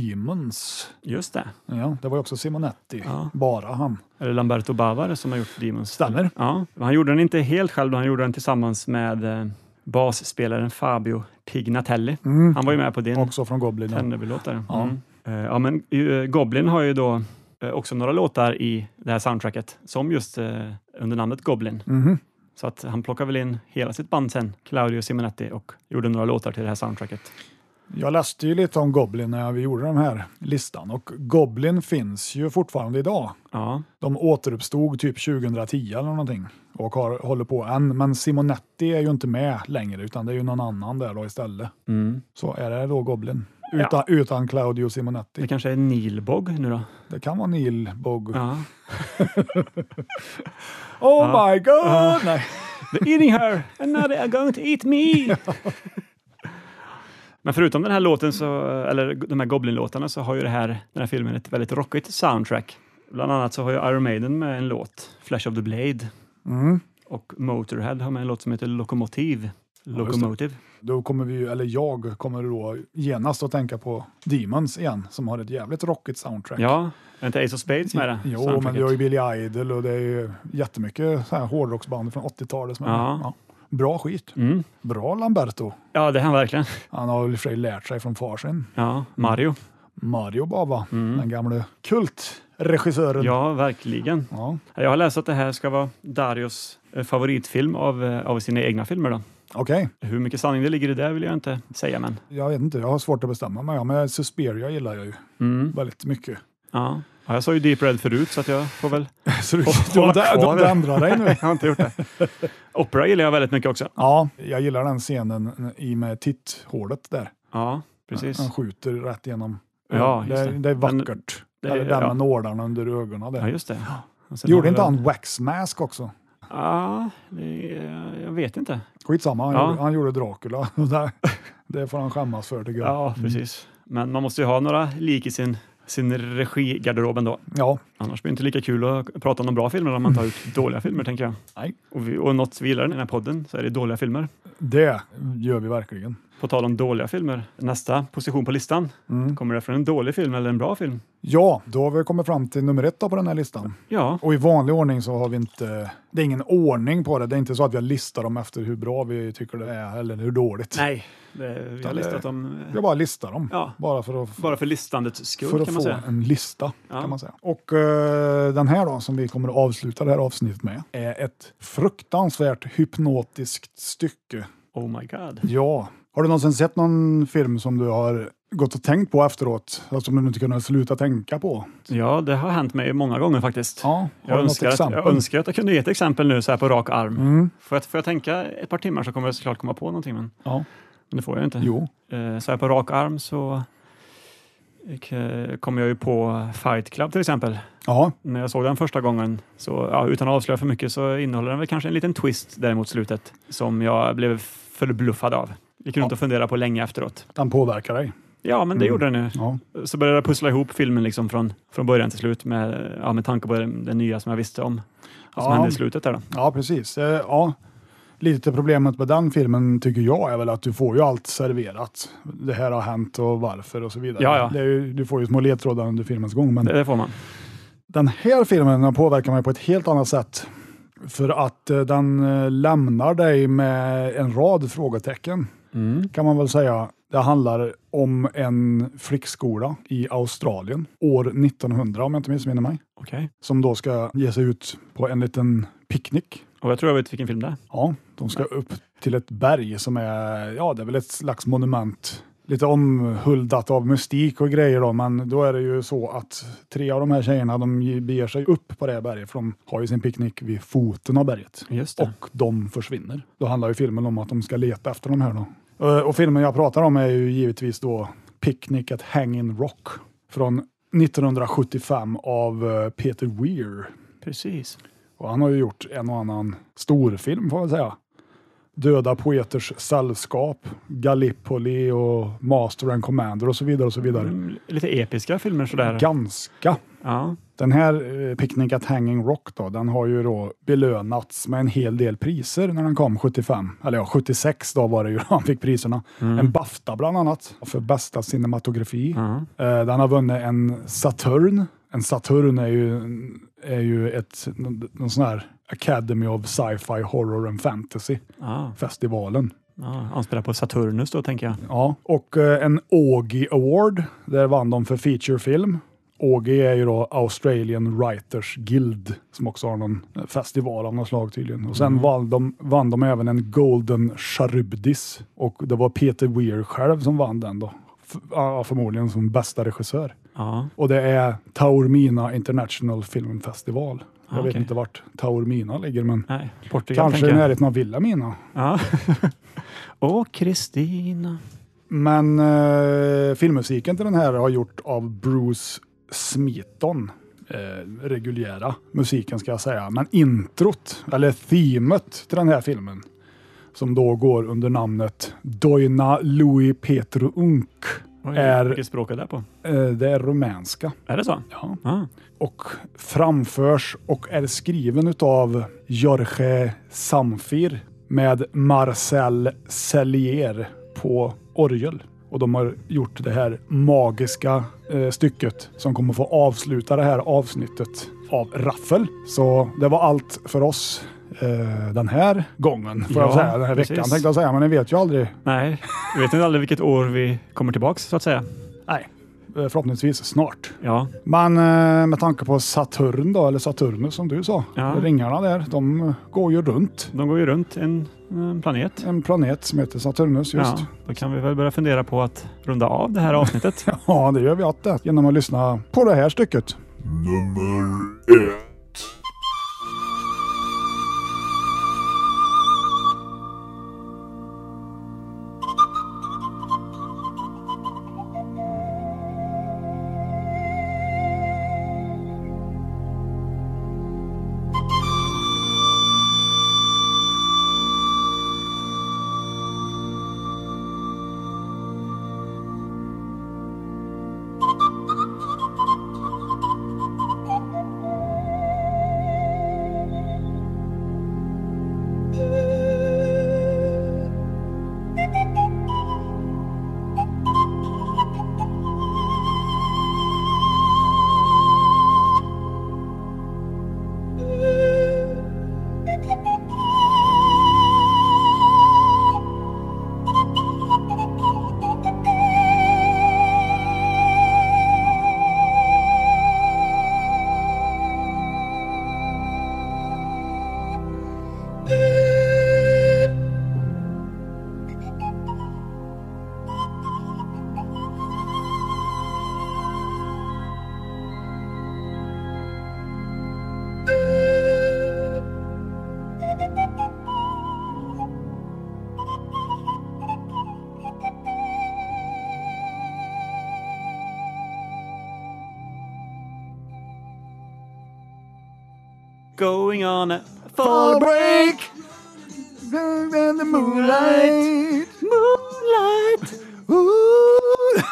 Demons. Just det. Ja, det var ju också Simonetti, Ja. bara han. Eller Lamberto Bavare som har gjort Demons. Stämmer. Ja, men han gjorde den inte helt själv, han gjorde den tillsammans med eh, basspelaren Fabio Pignatelli. Mm. Han var ju med på din Också från Goblin. ja. Tenneby-låt där. Ja. Mm. Eh, Ja, men eh, Goblin har ju då eh, också några låtar i det här soundtracket som just eh, under namnet Goblin. Mhm. Så att han plockade väl in hela sitt band sen, Claudio Simonetti, och gjorde några låtar till det här soundtracket. Jag läste ju lite om Goblin när vi gjorde den här listan och Goblin finns ju fortfarande idag. Ja, De återuppstod typ 2010 eller någonting och har, håller på än. Men Simonetti är ju inte med längre utan det är ju någon annan där då istället. mm. Så är det då Goblin. Utan, utan Claudio Simonetti. det kanske är Neil Bogg nu då? Det kan vara Neil Bogg. Ja. Oh my god! Ja. Nej. They're eating her and now they are going to eat me! Men förutom den här låten, så, eller de här Goblin-låtarna, så har ju det här, den här filmen ett väldigt rockigt soundtrack. Bland annat så har ju Iron Maiden med en låt, Flash of the Blade, Mm. och Motorhead har med en låt som heter Locomotive. det. Locomotive. Då kommer vi, ju- eller jag kommer då genast att tänka på Demons igen som har ett jävligt rockigt soundtrack. Ja, är inte Ace of Spades med det? Jo, men soundtracket? vi har ju Billy Idol och det är ju jättemycket så här hårdrocksband från 80-talet. som är med. Ja. Ja. Bra skit. Mm. Bra Lamberto. Ja, det är han verkligen. Han har väl i och för sig lärt sig från far sin. Ja, Mario. Mario Bava, den gamle kultregissören. Mm. Ja, verkligen. Ja. Jag har läst att det här ska vara Darios eh, favoritfilm av, eh, av sina egna filmer. Då. Okej, Hur mycket sanning det ligger i det vill jag inte säga, men jag vet inte. Jag har svårt att bestämma mig. Ja, men Suspiria gillar jag ju mm. väldigt mycket. ja. Ja, jag sa ju Deep Red förut, så att jag får väl... Så du, hålla du, du, kvar du det. ändrar dig nu. Jag har inte gjort det. Opera gillar jag väldigt mycket också. Ja, jag gillar den scenen i med titthålet där. Ja, precis. Han skjuter rätt igenom. Ja, det, just är- det. det är Den- vackert. det är- Eller den ja. med nålarna under ögonen där. Ja, just det. Och sen Gjorde har vi inte då- han Wax Mask också? Ja, det, eh, jag vet inte. Skitsamma, han, Ja. gjorde, han gjorde Dracula. Det- det får han skämmas för tycker jag. Ja, precis. Men man måste ju ha några lik i sin, sin regigarderob ändå. Ja. Annars blir det inte lika kul att prata om de bra filmerna om man tar ut dåliga filmer, tänker jag. Nej. Och, vi, och något vi gillar i den här podden så är det dåliga filmer. Det gör vi verkligen. På tal om dåliga filmer, nästa position på listan, Mm. kommer det från en dålig film eller en bra film? Ja, då har vi kommit fram till nummer ett då på den här listan. Ja, Och i vanlig ordning så har vi inte, det är ingen ordning på det. Det är inte så att vi har listat dem efter hur bra vi tycker det är eller hur dåligt. nej, det, vi har det- listat dem eh, Vi har bara listat dem, Ja. bara för att, bara för listandets skull för att kan få man säga. en lista. Ja. Kan man säga. Och eh, den här då, som vi kommer att avsluta det här avsnittet med, är ett fruktansvärt hypnotiskt stycke Oh my god. Ja. Har du någonsin sett någon film som du har gått och tänkt på efteråt? Alltså som du inte kunnat sluta tänka på? Ja, det har hänt mig många gånger faktiskt. Ja. Har Jag du något önskar, att, exempel? Mm. jag önskar att jag kunde ge ett exempel nu så här på rak arm. Får, jag, får jag tänka ett par timmar så kommer jag såklart komma på någonting, men, Ja. men det får jag inte. Jo. Eh, Så här på rak arm så eh, kommer jag ju på Fight Club till exempel. Ja. När jag såg den första gången, så, ja, utan att avslöja för mycket, så innehåller den väl kanske en liten twist där mot slutet som jag blev förbluffad av. Gick runt och funderade på länge efteråt. Den påverkar dig. Ja, men det gjorde den nu. Ja. Så började jag pussla ihop filmen liksom från, från början till slut med, ja, med tanke på den, den nya som jag visste om. Vad som Ja. hände i slutet där då. ja, precis. Eh, Ja. Lite problemet med den filmen tycker jag är väl att du får ju allt serverat. Det här har hänt och varför och så vidare. Ja, ja. Det är ju, du får ju små ledtrådar under filmens gång. Men Det, det får man. den här filmen den påverkar mig på ett helt annat sätt. För att eh, den eh, lämnar dig med en rad frågetecken Mm. kan man väl säga. Det handlar om en flickskola i Australien år 1900 om jag inte missminner mig. Okej. Som då ska ge sig ut på en liten picknick. Och jag tror jag vet vilken film det är. Ja, de ska upp till ett berg som är, ja det är väl ett slags monument. Lite omhuldat av mystik och grejer då, men då är det ju så att tre av de här tjejerna de ge- beger sig upp på det här berget, för de har ju sin picknick vid foten av berget. Just det. Och de försvinner. Då handlar ju filmen om att de ska leta efter de här då. Eh, Och filmen jag pratar om är ju givetvis då Picnic at Hangin' Rock från 1975 av eh, Peter Weir. Precis. Och han har ju gjort en och annan storfilm får man säga. Döda poeters sällskap, Gallipoli och Master and Commander och så vidare. och så vidare. Mm, lite episka filmer sådär. Ganska. Ja. Den här eh, Picnic at Hanging Rock då, den har ju då belönats med en hel del priser när den kom 75. Eller ja, 76 då var det ju då han fick priserna. En Bafta bland annat för bästa cinematografi. Ja. Eh, Den har vunnit en Saturn. En Saturn är ju, är ju ett, någon någon sån här Academy of Sci-Fi Horror and Fantasy Ja. festivalen. ja. Anspelar på Saturnus då tänker jag. Ja. Och eh, en Augie Award, där vann de för featurefilm. Augie är ju då Australian Writers Guild som också har någon eh, festival av något slag tydligen. Och sen Mm. vann, de, vann de även en Golden Charybdis och det var Peter Weir själv som vann den då. F- ja, förmodligen som bästa regissör. Ja. Och det är Taormina International Film Festival. Jag Ah, vet okej. inte vart Taormina ligger, men Nej, Portugal kanske i tänker jag. närheten av Vilhelmina. Ja. Och Kristina. Men eh, filmmusiken till den här har gjort av Bruce Smeaton. Eh, reguljära musiken ska jag säga, men introt, eller themet till den här filmen, som då går under namnet Doina Louis Petru Unk. Oj, Är- Vilket språk är det på? Eh, det är rumänska. Är det så? Ah. Ja. Ja. och framförs och är skriven utav Jorge Samfir med Marcel Cellier på orgel. Och de har gjort det här magiska eh, stycket som kommer få avsluta det här avsnittet av Raffel. Så det var allt för oss eh, den här gången, får jag Ja, säga, den här precis. veckan tänkte jag säga, men ni vet ju aldrig. Nej, vi vet inte aldrig vilket år vi kommer tillbaks så att säga. Nej, eh, förhoppningsvis snart. Ja, Men eh, med tanke på Saturn då, eller Saturnus som du sa, Ja. ringarna där, de eh, går ju runt de går ju runt en, en planet. en planet som heter Saturnus just. Ja, då kan vi väl börja fundera på att runda av det här avsnittet. Ja, det gör vi att det, genom att lyssna på det här stycket. Nummer ett. Going on a fall break! Moonlight! Moonlight!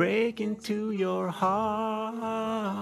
Break into your heart